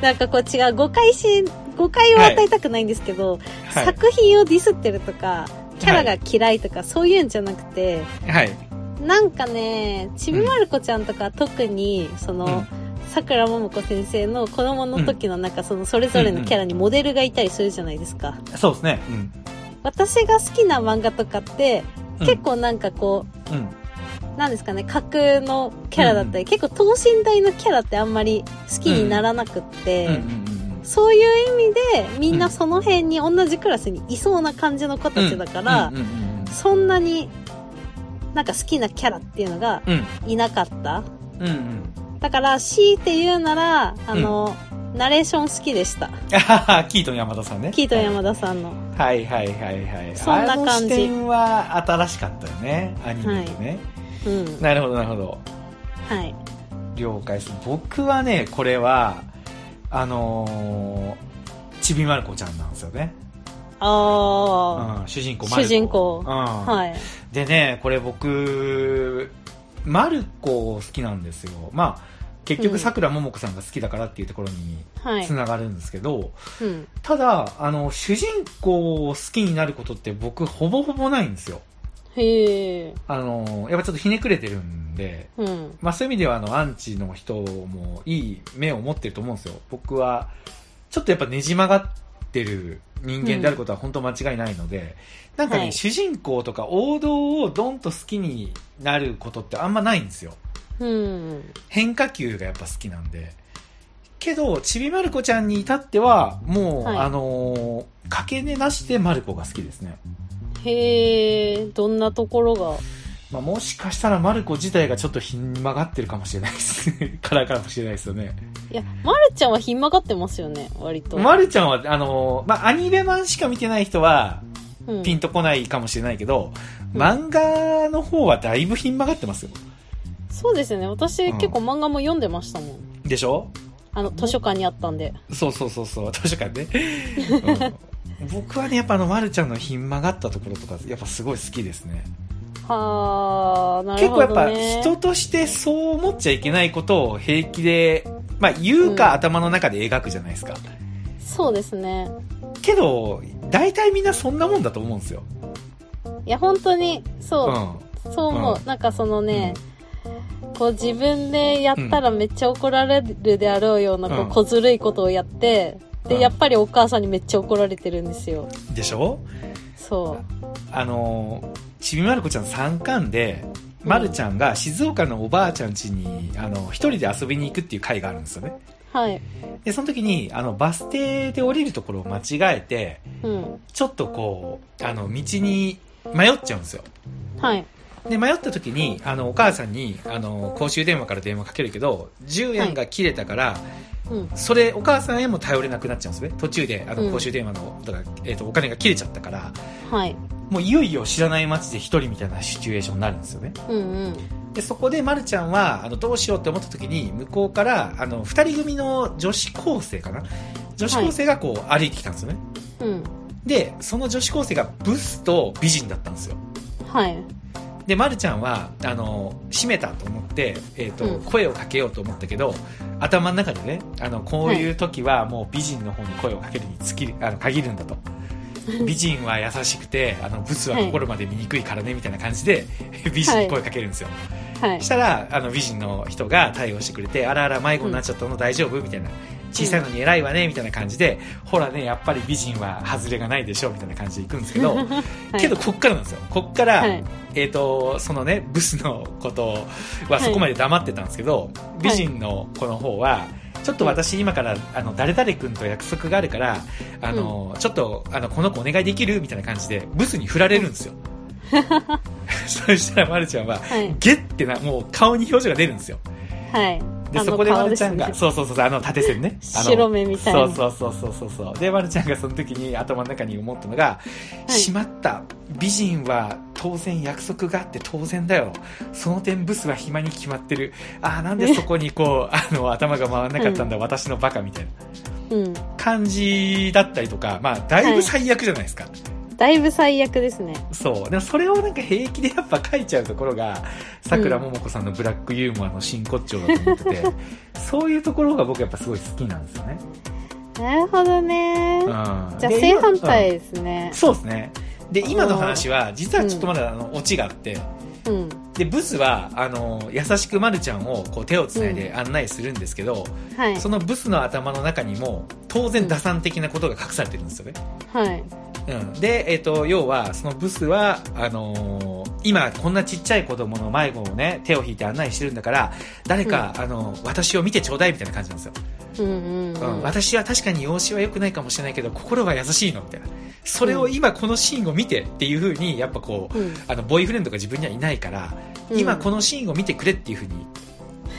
[SPEAKER 2] なんかこう違う、誤解し、誤解を与えたくないんですけど、
[SPEAKER 1] はい。
[SPEAKER 2] 作品をディスってるとか、キャラが嫌いとか、そういうんじゃなくて、
[SPEAKER 1] はい。
[SPEAKER 2] なんかね、ちびまる子ちゃんとか特に、その、さくらももこ先生の子供の時のなんかそのそれぞれのキャラにモデルがいたりするじゃないですか。
[SPEAKER 1] そうですね。うん。
[SPEAKER 2] 私が好きな漫画とかって、
[SPEAKER 1] うん
[SPEAKER 2] 結構なんかこう、
[SPEAKER 1] うん。
[SPEAKER 2] なんですかね、架空のキャラだったり、結構等身大のキャラってあんまり好きにならなくって、
[SPEAKER 1] うんうんうん
[SPEAKER 2] そういう意味でみん
[SPEAKER 1] う
[SPEAKER 2] なんその辺に同じクラスにいそうな感じの子たちだから、
[SPEAKER 1] うんうんうん
[SPEAKER 2] そんなになんか好きなキャラっていうのが
[SPEAKER 1] うん。
[SPEAKER 2] いなかった。
[SPEAKER 1] うんうんうん。
[SPEAKER 2] だから、強いて言うなら、あの、ナレーション好きでした。
[SPEAKER 1] あははキートン山田さんね。
[SPEAKER 2] キートン山田さんの。
[SPEAKER 1] はいはいはいはい。
[SPEAKER 2] そんな感じ
[SPEAKER 1] あの視点は新しかったよね。アニメでね。
[SPEAKER 2] うん。
[SPEAKER 1] なるほどなるほど。
[SPEAKER 2] はい。
[SPEAKER 1] 了解です。僕はね、これは、あのー、ちびまる子ちゃんなんですよね。
[SPEAKER 2] あ
[SPEAKER 1] うん、主人公
[SPEAKER 2] ー、
[SPEAKER 1] まる子
[SPEAKER 2] 主人。公
[SPEAKER 1] うん。。
[SPEAKER 2] はい。
[SPEAKER 1] でね、これ僕、まる子好きなんですよ。まあ、結
[SPEAKER 2] う
[SPEAKER 1] 局
[SPEAKER 2] ん
[SPEAKER 1] さくらももこさんが好きだからっていうところに
[SPEAKER 2] はい
[SPEAKER 1] つ。ながるんですけど、
[SPEAKER 2] うん。
[SPEAKER 1] ただあの主人公を好きになることって僕ほぼほぼないんですよ
[SPEAKER 2] へえ。
[SPEAKER 1] あのやっぱちょっとひねくれてるんで、
[SPEAKER 2] うん。
[SPEAKER 1] まあ、そういう意味ではあのアンチの人もいい目を持ってると思うんですよ僕はちょっとやっぱねじ曲がってる人間であることは本当間違いないので、なんかね、
[SPEAKER 2] はい
[SPEAKER 1] 主人公とか王道をドンと好きになることってあんまないんですよ
[SPEAKER 2] うん。
[SPEAKER 1] 変化球がやっぱ好きなんで。けど、ちびまる子ちゃんに至っては、もう、
[SPEAKER 2] はい
[SPEAKER 1] あのー、かけ値なしでまる子が好きですね。
[SPEAKER 2] へえ、どんなところが。
[SPEAKER 1] まあ、もしかしたらまる子自体がちょっとひん曲がってるかもしれないです。 からかもしれないですよね。
[SPEAKER 2] いや、まるちゃんはひん曲がってますよね、割と。
[SPEAKER 1] まるちゃんは、あのー、まあ、アニメ版しか見てない人は、
[SPEAKER 2] うん
[SPEAKER 1] ピンとこないかもしれないけど、
[SPEAKER 2] うん
[SPEAKER 1] 漫画の方はだいぶひん曲がってますよ。
[SPEAKER 2] そうですよね。私、
[SPEAKER 1] うん
[SPEAKER 2] 結構漫画も読んでましたもん。
[SPEAKER 1] でしょ
[SPEAKER 2] あの、図書館にあったんで。
[SPEAKER 1] そうそうそうそう、図書館 ね。うん僕はね、やっぱあの、まるちゃんのひん曲がったところとか、やっぱすごい好きですね。
[SPEAKER 2] はー、なる
[SPEAKER 1] 結構
[SPEAKER 2] ほ
[SPEAKER 1] やっ
[SPEAKER 2] ど、
[SPEAKER 1] ぱ
[SPEAKER 2] ね。
[SPEAKER 1] 人としてそう思っちゃいけないことを平気で、まあ言う
[SPEAKER 2] うん
[SPEAKER 1] か頭の中で描くじゃないですか。
[SPEAKER 2] そうですね。
[SPEAKER 1] けど、大体みんなそんなもんだと思うんですよ。
[SPEAKER 2] いや、本当に、
[SPEAKER 1] う
[SPEAKER 2] そう、
[SPEAKER 1] ん。
[SPEAKER 2] そう思う。
[SPEAKER 1] う
[SPEAKER 2] なんかそのね、こう自分でやったらめっちゃ怒られるであろうような、
[SPEAKER 1] うん
[SPEAKER 2] こう小ずるいことをやって、
[SPEAKER 1] う
[SPEAKER 2] で、
[SPEAKER 1] ん
[SPEAKER 2] やっぱりお母さんにめっちゃ怒られてるんですよ。
[SPEAKER 1] でしょ
[SPEAKER 2] そう。
[SPEAKER 1] あのー、ちびまる子ちゃん3巻で、まるちゃんが静岡のおばあちゃん家に、あの、一人で遊びに行くっていう回があるんですよね。
[SPEAKER 2] はい。
[SPEAKER 1] で、その時に、あの、バス停で降りるところを間違えて、
[SPEAKER 2] うん。
[SPEAKER 1] ちょっとこう、あの、道に迷っちゃうんですよ。
[SPEAKER 2] はい。
[SPEAKER 1] で、迷った時に、あの、お母さんに、あの、公衆電話から電話かけるけど、10円が切れたから、
[SPEAKER 2] うん。
[SPEAKER 1] それ、お母さんへも頼れなくなっちゃうんですね。途中で、あ
[SPEAKER 2] う
[SPEAKER 1] の、
[SPEAKER 2] ん
[SPEAKER 1] 公衆電話の、だから、えっ、と、お金が切れちゃったから、
[SPEAKER 2] はい。
[SPEAKER 1] もういよいよ知らない街で一人みたいなシチュエーションになるんですよね。
[SPEAKER 2] うんうん。
[SPEAKER 1] で、そこで、まるちゃんは、あの、どうしようって思った時に、向こうから、あの、二人組の女子高生かな女子高生がこう、歩いてきたんですよね。
[SPEAKER 2] うん。
[SPEAKER 1] で、その女子高生がブスと美人だったんですよ。
[SPEAKER 2] はい。
[SPEAKER 1] で、ま、るちゃんはあの閉めたと思って、えーと
[SPEAKER 2] うん
[SPEAKER 1] 声をかけようと思ったけど頭の中でねあのこういう時はもう美人の方に声をかけるに尽きるあの限るんだ と美人は優しくてあのブスは心まで醜いからねみたいな感じで 美人に声かけるんですよ、
[SPEAKER 2] はい
[SPEAKER 1] したらあの美人の人が対応してくれてあらあら迷子になっちゃったの大丈夫みたいな小さいのに偉いわねみたいな感じでほらねやっぱり美人は外れがないでしょみたいな感じでいくんですけど、
[SPEAKER 2] はい
[SPEAKER 1] けどこっからなんですよこっから、
[SPEAKER 2] はい
[SPEAKER 1] えー、とそのねブスのことはそこまで黙ってたんですけど、美人の子の方はちょっと私今からあの誰々君と約束があるからあの、ちょっとあのこの子お願いできるみたいな感じでブスに振られるんですよそしたらまるちゃんは
[SPEAKER 2] はい
[SPEAKER 1] ゲッてなもう顔に表情が出るんですよ
[SPEAKER 2] はい
[SPEAKER 1] で
[SPEAKER 2] あ
[SPEAKER 1] そ
[SPEAKER 2] の
[SPEAKER 1] こでま
[SPEAKER 2] 顔
[SPEAKER 1] る
[SPEAKER 2] で
[SPEAKER 1] ち
[SPEAKER 2] す
[SPEAKER 1] ゃんが、
[SPEAKER 2] ね
[SPEAKER 1] そうそうそうそうあの縦線 ねあの
[SPEAKER 2] 白目みたい
[SPEAKER 1] そ
[SPEAKER 2] な
[SPEAKER 1] うそうそうそうそうそうでまるちゃんがその時に頭の中に思ったのが、
[SPEAKER 2] い
[SPEAKER 1] しまった美人は当然約束があって当然だよその点ブスは暇に決まってるああなんでそこにこう あの頭が回らなかったんだ、私のバカみたいな
[SPEAKER 2] うん
[SPEAKER 1] 感じだったりとかまあだいぶ最悪じゃないですか、
[SPEAKER 2] だいぶ最悪ですね
[SPEAKER 1] そうでもそれをなんか平気でやっぱ書いちゃうところがさくらももこさんのブラックユーモアの真骨頂だと思って てそういうところが僕やっぱすごい好きなんですよね、
[SPEAKER 2] なるほどね
[SPEAKER 1] うん、
[SPEAKER 2] じゃあ
[SPEAKER 1] で
[SPEAKER 2] 正反
[SPEAKER 1] う
[SPEAKER 2] 対
[SPEAKER 1] ん
[SPEAKER 2] ですね
[SPEAKER 1] そうですねで今の話は実はちょっとまだあのオチがあって、
[SPEAKER 2] うん
[SPEAKER 1] でブスはあの優しくまるちゃんをこう手をつないで案内するんですけど、
[SPEAKER 2] はい
[SPEAKER 1] そのブスの頭の中にも当然打算的なことが隠されてるんですよね、
[SPEAKER 2] はい
[SPEAKER 1] うん、で、えっと要はそのブスはあのー今こんなちっちゃい子供の迷子をね手を引いて案内してるんだから誰か、あの私を見てちょうだいみたいな感じなんですよ、
[SPEAKER 2] うんうんう
[SPEAKER 1] うん
[SPEAKER 2] ん
[SPEAKER 1] 私は確かに容姿は良くないかもしれないけど心は優しいのみたいなそれを今このシーンを見てっていう風にやっぱこう、
[SPEAKER 2] うん
[SPEAKER 1] あのボーイフレンドが自分にはいないから
[SPEAKER 2] うん
[SPEAKER 1] 今このシーンを見てくれっていう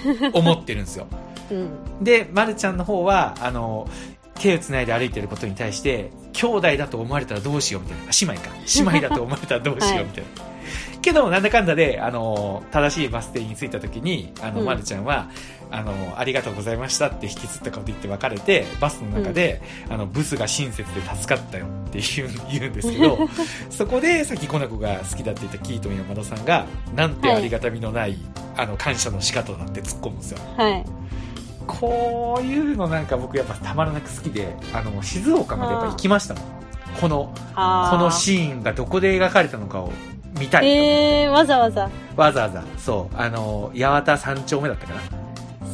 [SPEAKER 1] 風に思ってるんですよ
[SPEAKER 2] うん
[SPEAKER 1] で、ま、るちゃんの方はあの手をつないで歩いてることに対して兄弟だと思われたらどうしようみたいなあ姉妹か姉妹だと思われたらどうしようみたいな、けどなんだかんだであの正しいバス停に着いた時にあの、
[SPEAKER 2] うん
[SPEAKER 1] ま、るちゃんはあのありがとうございましたって引きつった顔で言って別れてバスの中で、あのブスが親切で助かったよって言うん 言うんですけどそこでさっきこの子が好きだって言ったキートン山田さんがなんてありがたみのない、あの感謝の仕方だって突っ込むんですよ
[SPEAKER 2] はい
[SPEAKER 1] こういうのなんか僕やっぱたまらなく好きであの静岡までやっぱ行きましたもんこの
[SPEAKER 2] あー
[SPEAKER 1] このシーンがどこで描かれたのかを見たいと、
[SPEAKER 2] えー、わざわざ
[SPEAKER 1] わざわざそうあの八幡三丁目だったかな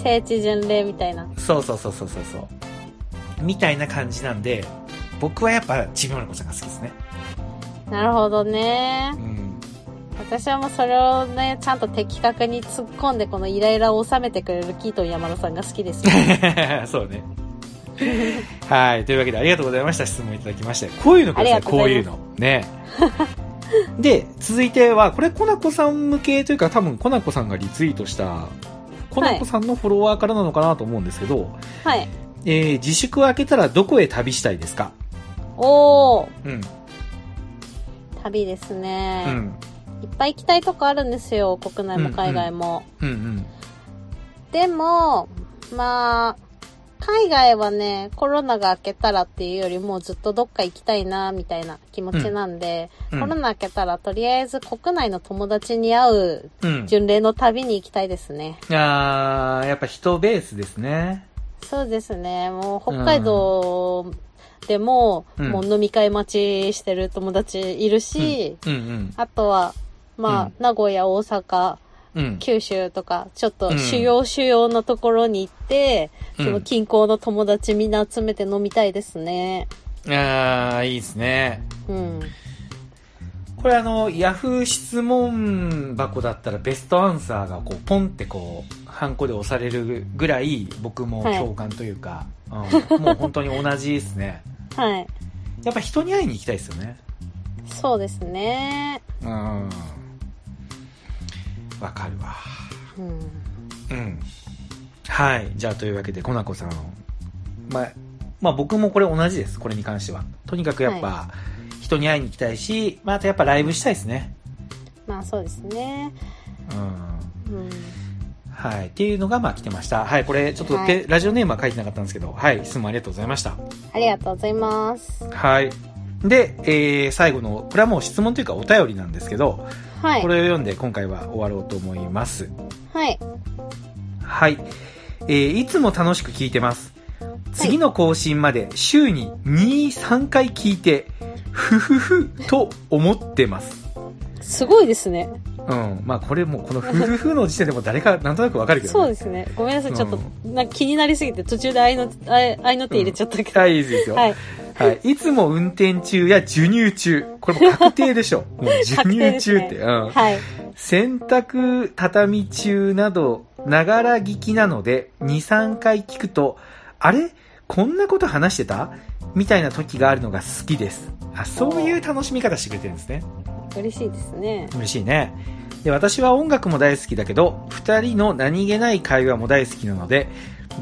[SPEAKER 2] 聖地巡礼みたいな
[SPEAKER 1] そうそうそうそうそうそうみたいな感じなんで僕はやっぱちびまる子ちゃんが好きですね
[SPEAKER 2] なるほどね
[SPEAKER 1] うん
[SPEAKER 2] 私はもうそれをねちゃんと的確に突っ込んでこのイライラを収めてくれるキートン山田さんが好き ですよ
[SPEAKER 1] そうねはいというわけでありがとうございました質問いただきましてこういうのくださ
[SPEAKER 2] あ
[SPEAKER 1] い
[SPEAKER 2] りがとう
[SPEAKER 1] こ
[SPEAKER 2] ご
[SPEAKER 1] う
[SPEAKER 2] ざ
[SPEAKER 1] い
[SPEAKER 2] いうま
[SPEAKER 1] のね で続いてはこれコナコさん向けというか多分コナコさんがリツイートしたコナコさんのフォロワーからなのかなと思うんですけど、
[SPEAKER 2] はい
[SPEAKER 1] えー自粛を明けたらどこへ旅したいですか
[SPEAKER 2] おー
[SPEAKER 1] うん、
[SPEAKER 2] 旅ですね
[SPEAKER 1] う、ん、
[SPEAKER 2] いっぱい行きたいとこあるんですよ国内も海外も、
[SPEAKER 1] うんうん
[SPEAKER 2] でもまあ海外はね、コロナが明けたらっていうよりもうずっとどっか行きたいな、みたいな気持ちなんで、
[SPEAKER 1] うん
[SPEAKER 2] コロナ明けたらとりあえず国内の友達に会う
[SPEAKER 1] うん
[SPEAKER 2] 巡礼の旅に行きたいですね。
[SPEAKER 1] あーやっぱ人ベースですね
[SPEAKER 2] そうですね。もう北海道でも、
[SPEAKER 1] うん
[SPEAKER 2] もう飲み会待ちしてる友達いるし、
[SPEAKER 1] うんうん
[SPEAKER 2] あとは、まあ、
[SPEAKER 1] うん
[SPEAKER 2] 名古屋、大阪、
[SPEAKER 1] うん
[SPEAKER 2] 九州とか、ちょっ
[SPEAKER 1] う
[SPEAKER 2] と
[SPEAKER 1] ん
[SPEAKER 2] 主要主要のところに行って、
[SPEAKER 1] うん
[SPEAKER 2] その近郊の友達みんな集めて飲みたいですね。
[SPEAKER 1] あーいいですね
[SPEAKER 2] うん。
[SPEAKER 1] これあの、ヤフー質問箱だったらベストアンサーがこう、ポンってこう、ハンコで押されるぐらい、僕も
[SPEAKER 2] はい
[SPEAKER 1] 共感というか、うん、もう本当に同じですね。
[SPEAKER 2] はい。
[SPEAKER 1] やっぱ人に会いに行きたいですよね。
[SPEAKER 2] そうですね。
[SPEAKER 1] うん。わかるわ。
[SPEAKER 2] うん。
[SPEAKER 1] うん。はい。じゃあというわけで、コナコさん。まあ、まあ僕もこれ同じです。これに関しては。とにかくやっぱ、人に会いに行きたいし、まああとやっぱライブしたいですね。
[SPEAKER 2] まあそうですね。
[SPEAKER 1] うん。
[SPEAKER 2] うん。
[SPEAKER 1] はい。っていうのが、まあ、来てました。はい。これ、ちょっとペ、
[SPEAKER 2] はい
[SPEAKER 1] ラジオネームは書いてなかったんですけど、はい。質問ありがとうございました。
[SPEAKER 2] ありがとうございます。
[SPEAKER 1] はい。で、えー、最後の、これはもう質問というかお便りなんですけど、
[SPEAKER 2] はい
[SPEAKER 1] こ。れを読んで今回は終わろうと思います。
[SPEAKER 2] はい。
[SPEAKER 1] はい。えーいつも楽しく聞いてます。次の更新まで週に2、3回聞いて、ふふふと思ってます。
[SPEAKER 2] すごいですね。
[SPEAKER 1] うん。まあこれもうこのふふふの時点でもう誰かなんとなくわかるけど、ね。
[SPEAKER 2] そうですね。ごめんなさい。ちょっと、なんか気になりすぎて、途中で合いの、合い合いの手入れちゃったけど。
[SPEAKER 1] はい、いいですよ。
[SPEAKER 2] は
[SPEAKER 1] はいい。。いつも運転中や授乳中。これもう確定でし ょ。もう授
[SPEAKER 2] 確定
[SPEAKER 1] 乳
[SPEAKER 2] です
[SPEAKER 1] 中
[SPEAKER 2] ね
[SPEAKER 1] って。うん。
[SPEAKER 2] はい。
[SPEAKER 1] 洗濯畳み中など、ながら聞きなので、2、3回聞くと、あれこんなこと話してたみたいな時があるのが好きです。あ、そういう楽しみ方してくれてるんですね。
[SPEAKER 2] 嬉しいですね。
[SPEAKER 1] 嬉しいね。で、私は音楽も大好きだけど、二人の何気ない会話も大好きなので、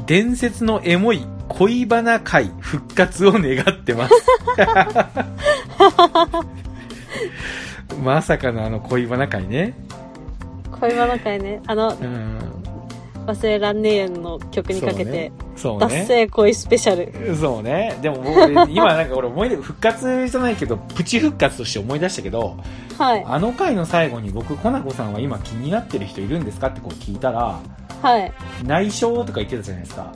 [SPEAKER 1] 伝説のエモい恋バナ会復活を願ってます。まさかのあの恋バナ会ね。
[SPEAKER 2] 恋バナ会ね。あの、
[SPEAKER 1] うん。
[SPEAKER 2] 忘れらんねえよの曲にかけて、
[SPEAKER 1] そう
[SPEAKER 2] 達
[SPEAKER 1] ね。
[SPEAKER 2] 成恋スペシャル。
[SPEAKER 1] そうね。でも僕、今なんか俺思い出、復活じゃないけど、プチ復活として思い出したけど、
[SPEAKER 2] はい。
[SPEAKER 1] あの回の最後に僕、コナコさんは今気になってる人いるんですかってこう聞いたら、
[SPEAKER 2] はい。
[SPEAKER 1] 内緒とか言ってたじゃないですか。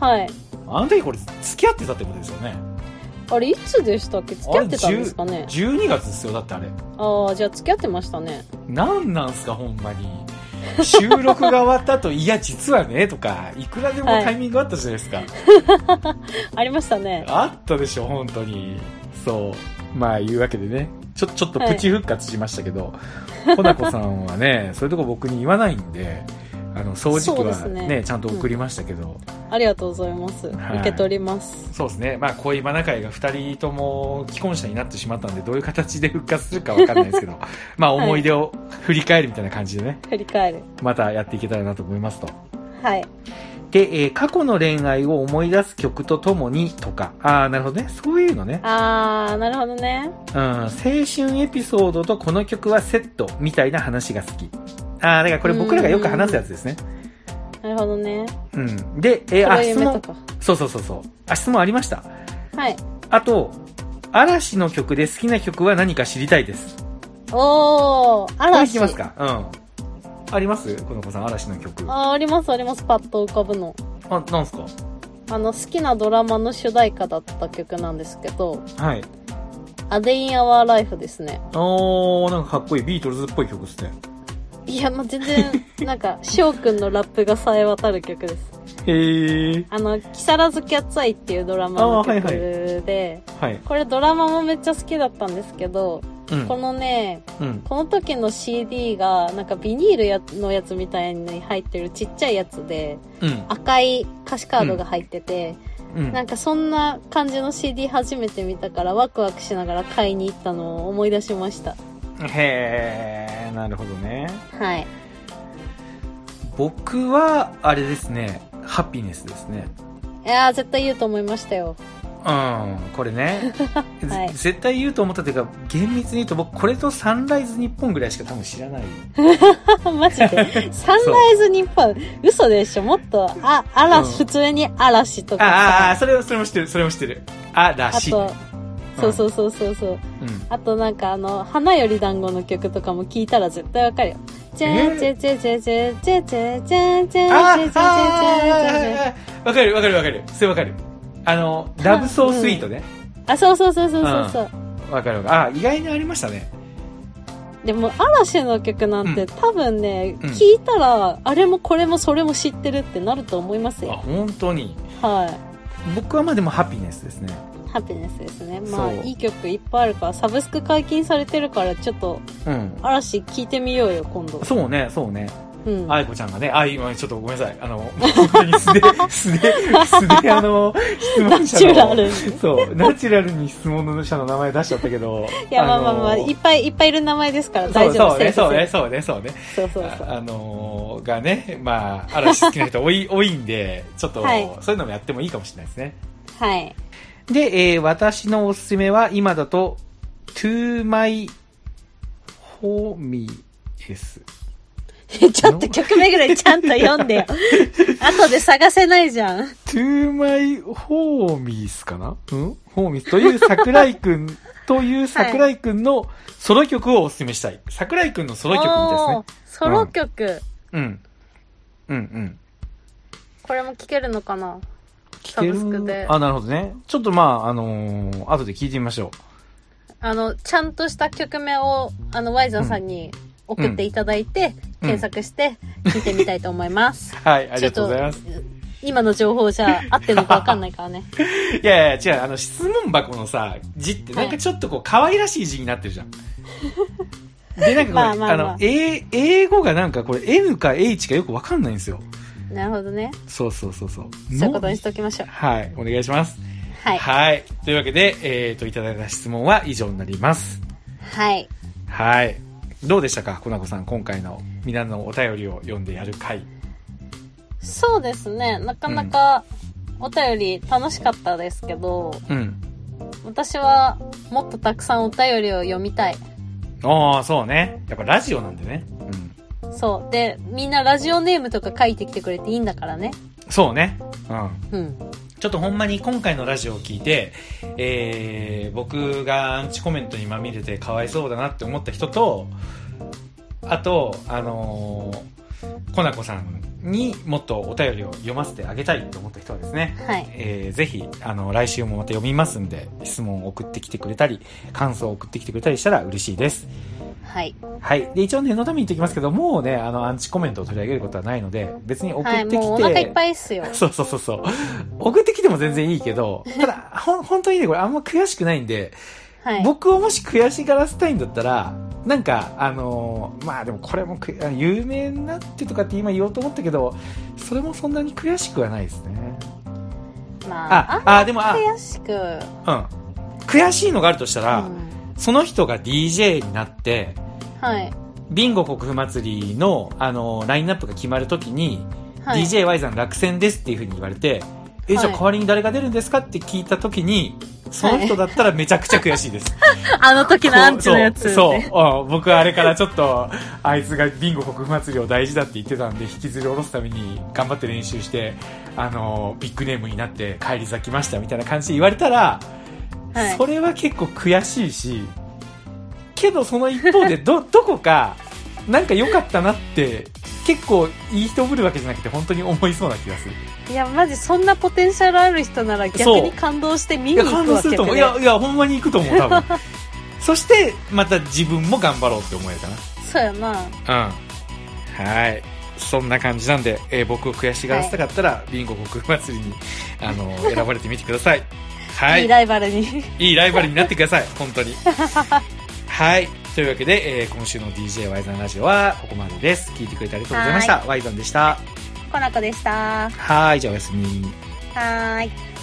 [SPEAKER 2] はい。
[SPEAKER 1] あの時これ付き合ってたってことですよね。
[SPEAKER 2] あれ、いつでしたっけ付き合ってたんですかね
[SPEAKER 1] 12月ですよ、だってあれ。
[SPEAKER 2] ああ、じゃあ付き合ってましたね。
[SPEAKER 1] なんなんすか、ほんまに。収録が終わった後、いや、実はね、とか、いくらでもタイミングあったじゃないですか。
[SPEAKER 2] ありましたね。
[SPEAKER 1] あったでしょ、本当に。そう。まあ、いうわけでね。ちょ、ちょっとプチ復活しましたけど、コナコさんはね、そういうとこ僕に言わないんで、あの、掃除機
[SPEAKER 2] そうで
[SPEAKER 1] は
[SPEAKER 2] す
[SPEAKER 1] ね、
[SPEAKER 2] ね
[SPEAKER 1] ちゃんと送りましたけど、
[SPEAKER 2] ありがとうございます。
[SPEAKER 1] はい
[SPEAKER 2] 受け取ります。
[SPEAKER 1] そうですね。まあ、恋バナ会が二人とも既婚者になってしまったんで、どういう形で復活するかわかんないですけど、 まあ、
[SPEAKER 2] はい
[SPEAKER 1] 思い出を振り返るみたいな感じでね、
[SPEAKER 2] 振り返る。
[SPEAKER 1] またやっていけたらなと思いますと。
[SPEAKER 2] はい。
[SPEAKER 1] で、えー過去の恋愛を思い出す曲とともにとか、ああ、なるほどね。そういうのね。
[SPEAKER 2] あー、なるほどね。
[SPEAKER 1] うん、青春エピソードとこの曲はセットみたいな話が好き。ああ、だからこれ僕らがよく話すやつですね。
[SPEAKER 2] なるほどね。
[SPEAKER 1] うん。で、えー
[SPEAKER 2] 黒
[SPEAKER 1] あ、質
[SPEAKER 2] 夢と
[SPEAKER 1] 問、
[SPEAKER 2] か。
[SPEAKER 1] そうそうそうそう。あ、質問ありました。
[SPEAKER 2] はい。
[SPEAKER 1] あと、嵐の曲で好きな曲は何か知りたいです。
[SPEAKER 2] おー、
[SPEAKER 1] これい
[SPEAKER 2] 嵐。
[SPEAKER 1] きますか。うん。ありますこの子さん、嵐の曲。あ、
[SPEAKER 2] あー、ありますあります。パッと浮かぶの。
[SPEAKER 1] なんすか
[SPEAKER 2] あの、好きなドラマの主題歌だった曲なんですけど、
[SPEAKER 1] はい。
[SPEAKER 2] A Day in Our Life ですね。
[SPEAKER 1] おー、なんかかっこいい。ビートルズっぽい曲ですね。
[SPEAKER 2] いや、まあ、全 然、なんか、翔くんのラップが冴え渡る曲です。
[SPEAKER 1] へー。
[SPEAKER 2] あの、木更津キャッツアイっていうドラマの
[SPEAKER 1] あーはい
[SPEAKER 2] 曲
[SPEAKER 1] はい
[SPEAKER 2] で、
[SPEAKER 1] はい。
[SPEAKER 2] これドラマもめっちゃ好きだったんですけど、
[SPEAKER 1] うん
[SPEAKER 2] こ。のね、
[SPEAKER 1] うん。
[SPEAKER 2] この時の CD が、なんかビニールやのやつみたいに入ってるちっちゃいやつで、
[SPEAKER 1] うん。
[SPEAKER 2] 赤い歌詞カードが入ってて、
[SPEAKER 1] うん。
[SPEAKER 2] なんかそんな感じの CD 初めて見たからワクワクしながら買いに行ったのを思い出しました。
[SPEAKER 1] へー、なるほどね。
[SPEAKER 2] はい。
[SPEAKER 1] 僕は、あれですね、ハッピネスですね。
[SPEAKER 2] いやー、絶対言うと思いましたよ。
[SPEAKER 1] うん、これ ね、ぜ
[SPEAKER 2] はい
[SPEAKER 1] 絶対言うと思ったというか、厳密に言うと僕、これとサンライズ日本ぐらいしか多分知 らない。
[SPEAKER 2] マジで。サンライズ日本、嘘でしょもっと、あ、嵐、
[SPEAKER 1] うん
[SPEAKER 2] 普通に嵐と
[SPEAKER 1] あ
[SPEAKER 2] か
[SPEAKER 1] あ、あ
[SPEAKER 2] さ。
[SPEAKER 1] あ、それ、それも知ってる、それも知ってる。あ、ら
[SPEAKER 2] あ
[SPEAKER 1] しい。うん
[SPEAKER 2] と、そうそうそうそうそう。あとなんかあの、花より団子の曲とかも聞いたら絶対わかるよ。じゃんじゃんじゃんじゃんじゃんじゃんじゃんじゃんじゃんじゃんじゃんじゃんじゃんじ
[SPEAKER 1] あ
[SPEAKER 2] ゃん
[SPEAKER 1] ー
[SPEAKER 2] じゃん。
[SPEAKER 1] あー、わかるわかるわかる。それわかる。あの、ラブソースイートね。
[SPEAKER 2] あ、そうそうそうそうそうそう。
[SPEAKER 1] わかるわかる。あー、意外にありましたね。
[SPEAKER 2] でも嵐の曲なん
[SPEAKER 1] う
[SPEAKER 2] て
[SPEAKER 1] ん
[SPEAKER 2] 多分ね、
[SPEAKER 1] うん
[SPEAKER 2] 聞いたら、あれもこれもそれも知ってるってなると思います
[SPEAKER 1] あ、
[SPEAKER 2] よ。
[SPEAKER 1] 本当に。
[SPEAKER 2] はい。
[SPEAKER 1] 僕はまあでもハピネスですね。
[SPEAKER 2] ハピネスですね。まあ、
[SPEAKER 1] そう
[SPEAKER 2] いい曲いっぱいあるから、サブスク解禁されてるから、ちょっと、
[SPEAKER 1] うん。
[SPEAKER 2] 嵐聞いてみようよ、今度。
[SPEAKER 1] そうね、そうね。
[SPEAKER 2] うん。
[SPEAKER 1] 愛子ちゃんがね、あ、今、ちょっとごめんなさい。 あの、本当に素で、素で、素で、あの、質問
[SPEAKER 2] ナ
[SPEAKER 1] 者
[SPEAKER 2] チ
[SPEAKER 1] の。
[SPEAKER 2] ュラルに。
[SPEAKER 1] そう、ナチュラルに質問者の名前出しちゃったけど。
[SPEAKER 2] いや、まあまあまあ、
[SPEAKER 1] の
[SPEAKER 2] いっぱいいっぱいいる名前ですから、
[SPEAKER 1] そ
[SPEAKER 2] 大
[SPEAKER 1] う
[SPEAKER 2] 丈
[SPEAKER 1] そ
[SPEAKER 2] 夫
[SPEAKER 1] うね、
[SPEAKER 2] です。
[SPEAKER 1] そうね、そうね、そうね。
[SPEAKER 2] そうそうそう。
[SPEAKER 1] ああのー、がね、まあ、嵐好きな人多い、 多いんで、ちょっと、
[SPEAKER 2] はい
[SPEAKER 1] そういうのもやってもいいかもしれないですね。
[SPEAKER 2] はい。
[SPEAKER 1] で、えー私のおすすめは、今だと、to my home is
[SPEAKER 2] ちょっと曲名ぐらいちゃんと読ん でよ。後で探せないじゃん。
[SPEAKER 1] トゥーマイホーミースかなうんホーミースという桜井くんという桜井くんのソロ曲をお勧めしたい。桜井くんのソロ曲みたいですね
[SPEAKER 2] おー。ソロ曲、
[SPEAKER 1] うん。うんうん。
[SPEAKER 2] これも聴けるのかな
[SPEAKER 1] 聞ける
[SPEAKER 2] サブスクで
[SPEAKER 1] あ、なるほどね。ちょっとまあ、あのー後で聞いてみましょ
[SPEAKER 2] あの、ちゃんとした曲名を、あの、ワイザーさんに送っていただいて、
[SPEAKER 1] うん
[SPEAKER 2] 検索して聴いてみたいと思います。
[SPEAKER 1] う。 はい、ありがとうございます。
[SPEAKER 2] ちょっと。今の情報じゃ合ってるのかわかんないからね。
[SPEAKER 1] いやいや、違う、あの、質問箱のさ、字ってなんかちょっとこう、可愛らしい字になってる じゃん。で、なんかこれ、
[SPEAKER 2] まあまあまあ
[SPEAKER 1] の、英英語がなんかこれ、N か H かよくわかんないんですよ。
[SPEAKER 2] なるほどね。
[SPEAKER 1] そうそうそうそう。
[SPEAKER 2] そういうことにし
[SPEAKER 1] の
[SPEAKER 2] ておきましょう。
[SPEAKER 1] はい、お願いします。
[SPEAKER 2] はい。
[SPEAKER 1] はい。というわけで、えっ、と、いただいた質問は以上になります。
[SPEAKER 2] はい。
[SPEAKER 1] はい。どうでしたか、コナコさん、今回の皆のお便りを読んでやる回。
[SPEAKER 2] そうですね。なかなかお便り楽しかったですけど、
[SPEAKER 1] うん。
[SPEAKER 2] 私はもっとたくさんお便りを読みたい。
[SPEAKER 1] ああ、そうね。やっぱラジオなんでね。うん。
[SPEAKER 2] そう。で、みんなラジオネームとか書いてきてくれていいんだからね。
[SPEAKER 1] そうね。うん。
[SPEAKER 2] うん。
[SPEAKER 1] ちょっとほんまに今回のラジオを聞いて、えー、僕がアンチコメントにまみれてかわいそうだなって思った人と、あと、あのー、コナコさんにもっとお便りを読ませてあげたいと思った人はですね、
[SPEAKER 2] はい。
[SPEAKER 1] えー、ぜひ、あの、来週もまた読みますんで、質問を送ってきてくれたり、感想を送ってきてくれたりしたら嬉しいです。
[SPEAKER 2] はい。
[SPEAKER 1] はい。で、一応念のために言っておきますけど、もうね、あの、アンチコメントを取り上げることはないので、別に送って
[SPEAKER 2] はい。
[SPEAKER 1] きて、
[SPEAKER 2] もうお腹いっぱいっ すよ。
[SPEAKER 1] そうそうそうそう。送ってきても全然いいけ ど、ただ、ほん、本当にね、これあんま悔しくないんで、
[SPEAKER 2] はい。
[SPEAKER 1] 僕をもし悔しがらせたいんだったら、なんか、あのーまあでもこれもく、あの有名になってとかって今言おうと思ったけど、それもそんなに悔しくはないですね。
[SPEAKER 2] ま
[SPEAKER 1] あ
[SPEAKER 2] あ、、あ
[SPEAKER 1] あ、でも、あ、
[SPEAKER 2] 悔しく、うん、
[SPEAKER 1] うん。悔しいのがあるとしたら、その人が DJ になって、
[SPEAKER 2] はい。
[SPEAKER 1] ビンゴ国府祭りの、あのーラインナップが決まるときに、
[SPEAKER 2] はい。
[SPEAKER 1] DJY さん落選ですっていうふうに言われて、え、じゃあ
[SPEAKER 2] はい
[SPEAKER 1] 代わりに誰が出るんですかって聞いたときに、その人だったらめちゃくちゃ悔しいです。
[SPEAKER 2] あの時のアンチのやつ。
[SPEAKER 1] そうそうそう、うん僕はあれからちょっと、あいつがビンゴ国府祭りを大事だって言ってたんで、引きずり下ろすために頑張って練習して、あの、ビッグネームになって帰り咲きましたみたいな感じで言われたら、
[SPEAKER 2] はい
[SPEAKER 1] それは結構悔しいし、けどその一方 でど、どこか、なんか良かったなって、結構いい人ぶるわけじゃなくて本当に思いそうな気がする。
[SPEAKER 2] いや、マジそんなポテンシャルある人なら逆
[SPEAKER 1] そう
[SPEAKER 2] に感動して見
[SPEAKER 1] い
[SPEAKER 2] に
[SPEAKER 1] や、
[SPEAKER 2] 行
[SPEAKER 1] 感
[SPEAKER 2] く
[SPEAKER 1] 動
[SPEAKER 2] わ
[SPEAKER 1] す
[SPEAKER 2] け
[SPEAKER 1] ると思う。いや、いや、ほんまに行くと思う、多分。 そして、また自分も頑張ろうって思えたな。
[SPEAKER 2] そうやな。、
[SPEAKER 1] うん。はい。そんな感じなんで、えー僕を悔しがらせたかったら、ビンゴ国府祭りに、あのー選ばれてみてください。はいい。
[SPEAKER 2] いライバルに。
[SPEAKER 1] いいライバルになってください。本当に。はい。というわけで、えー今週の DJ ワイザンラジオはここまでです。聞いてくれてありがとうございました。ワイザンでした。
[SPEAKER 2] コナコでした。は
[SPEAKER 1] はい。じゃあおやすみ。
[SPEAKER 2] ーい。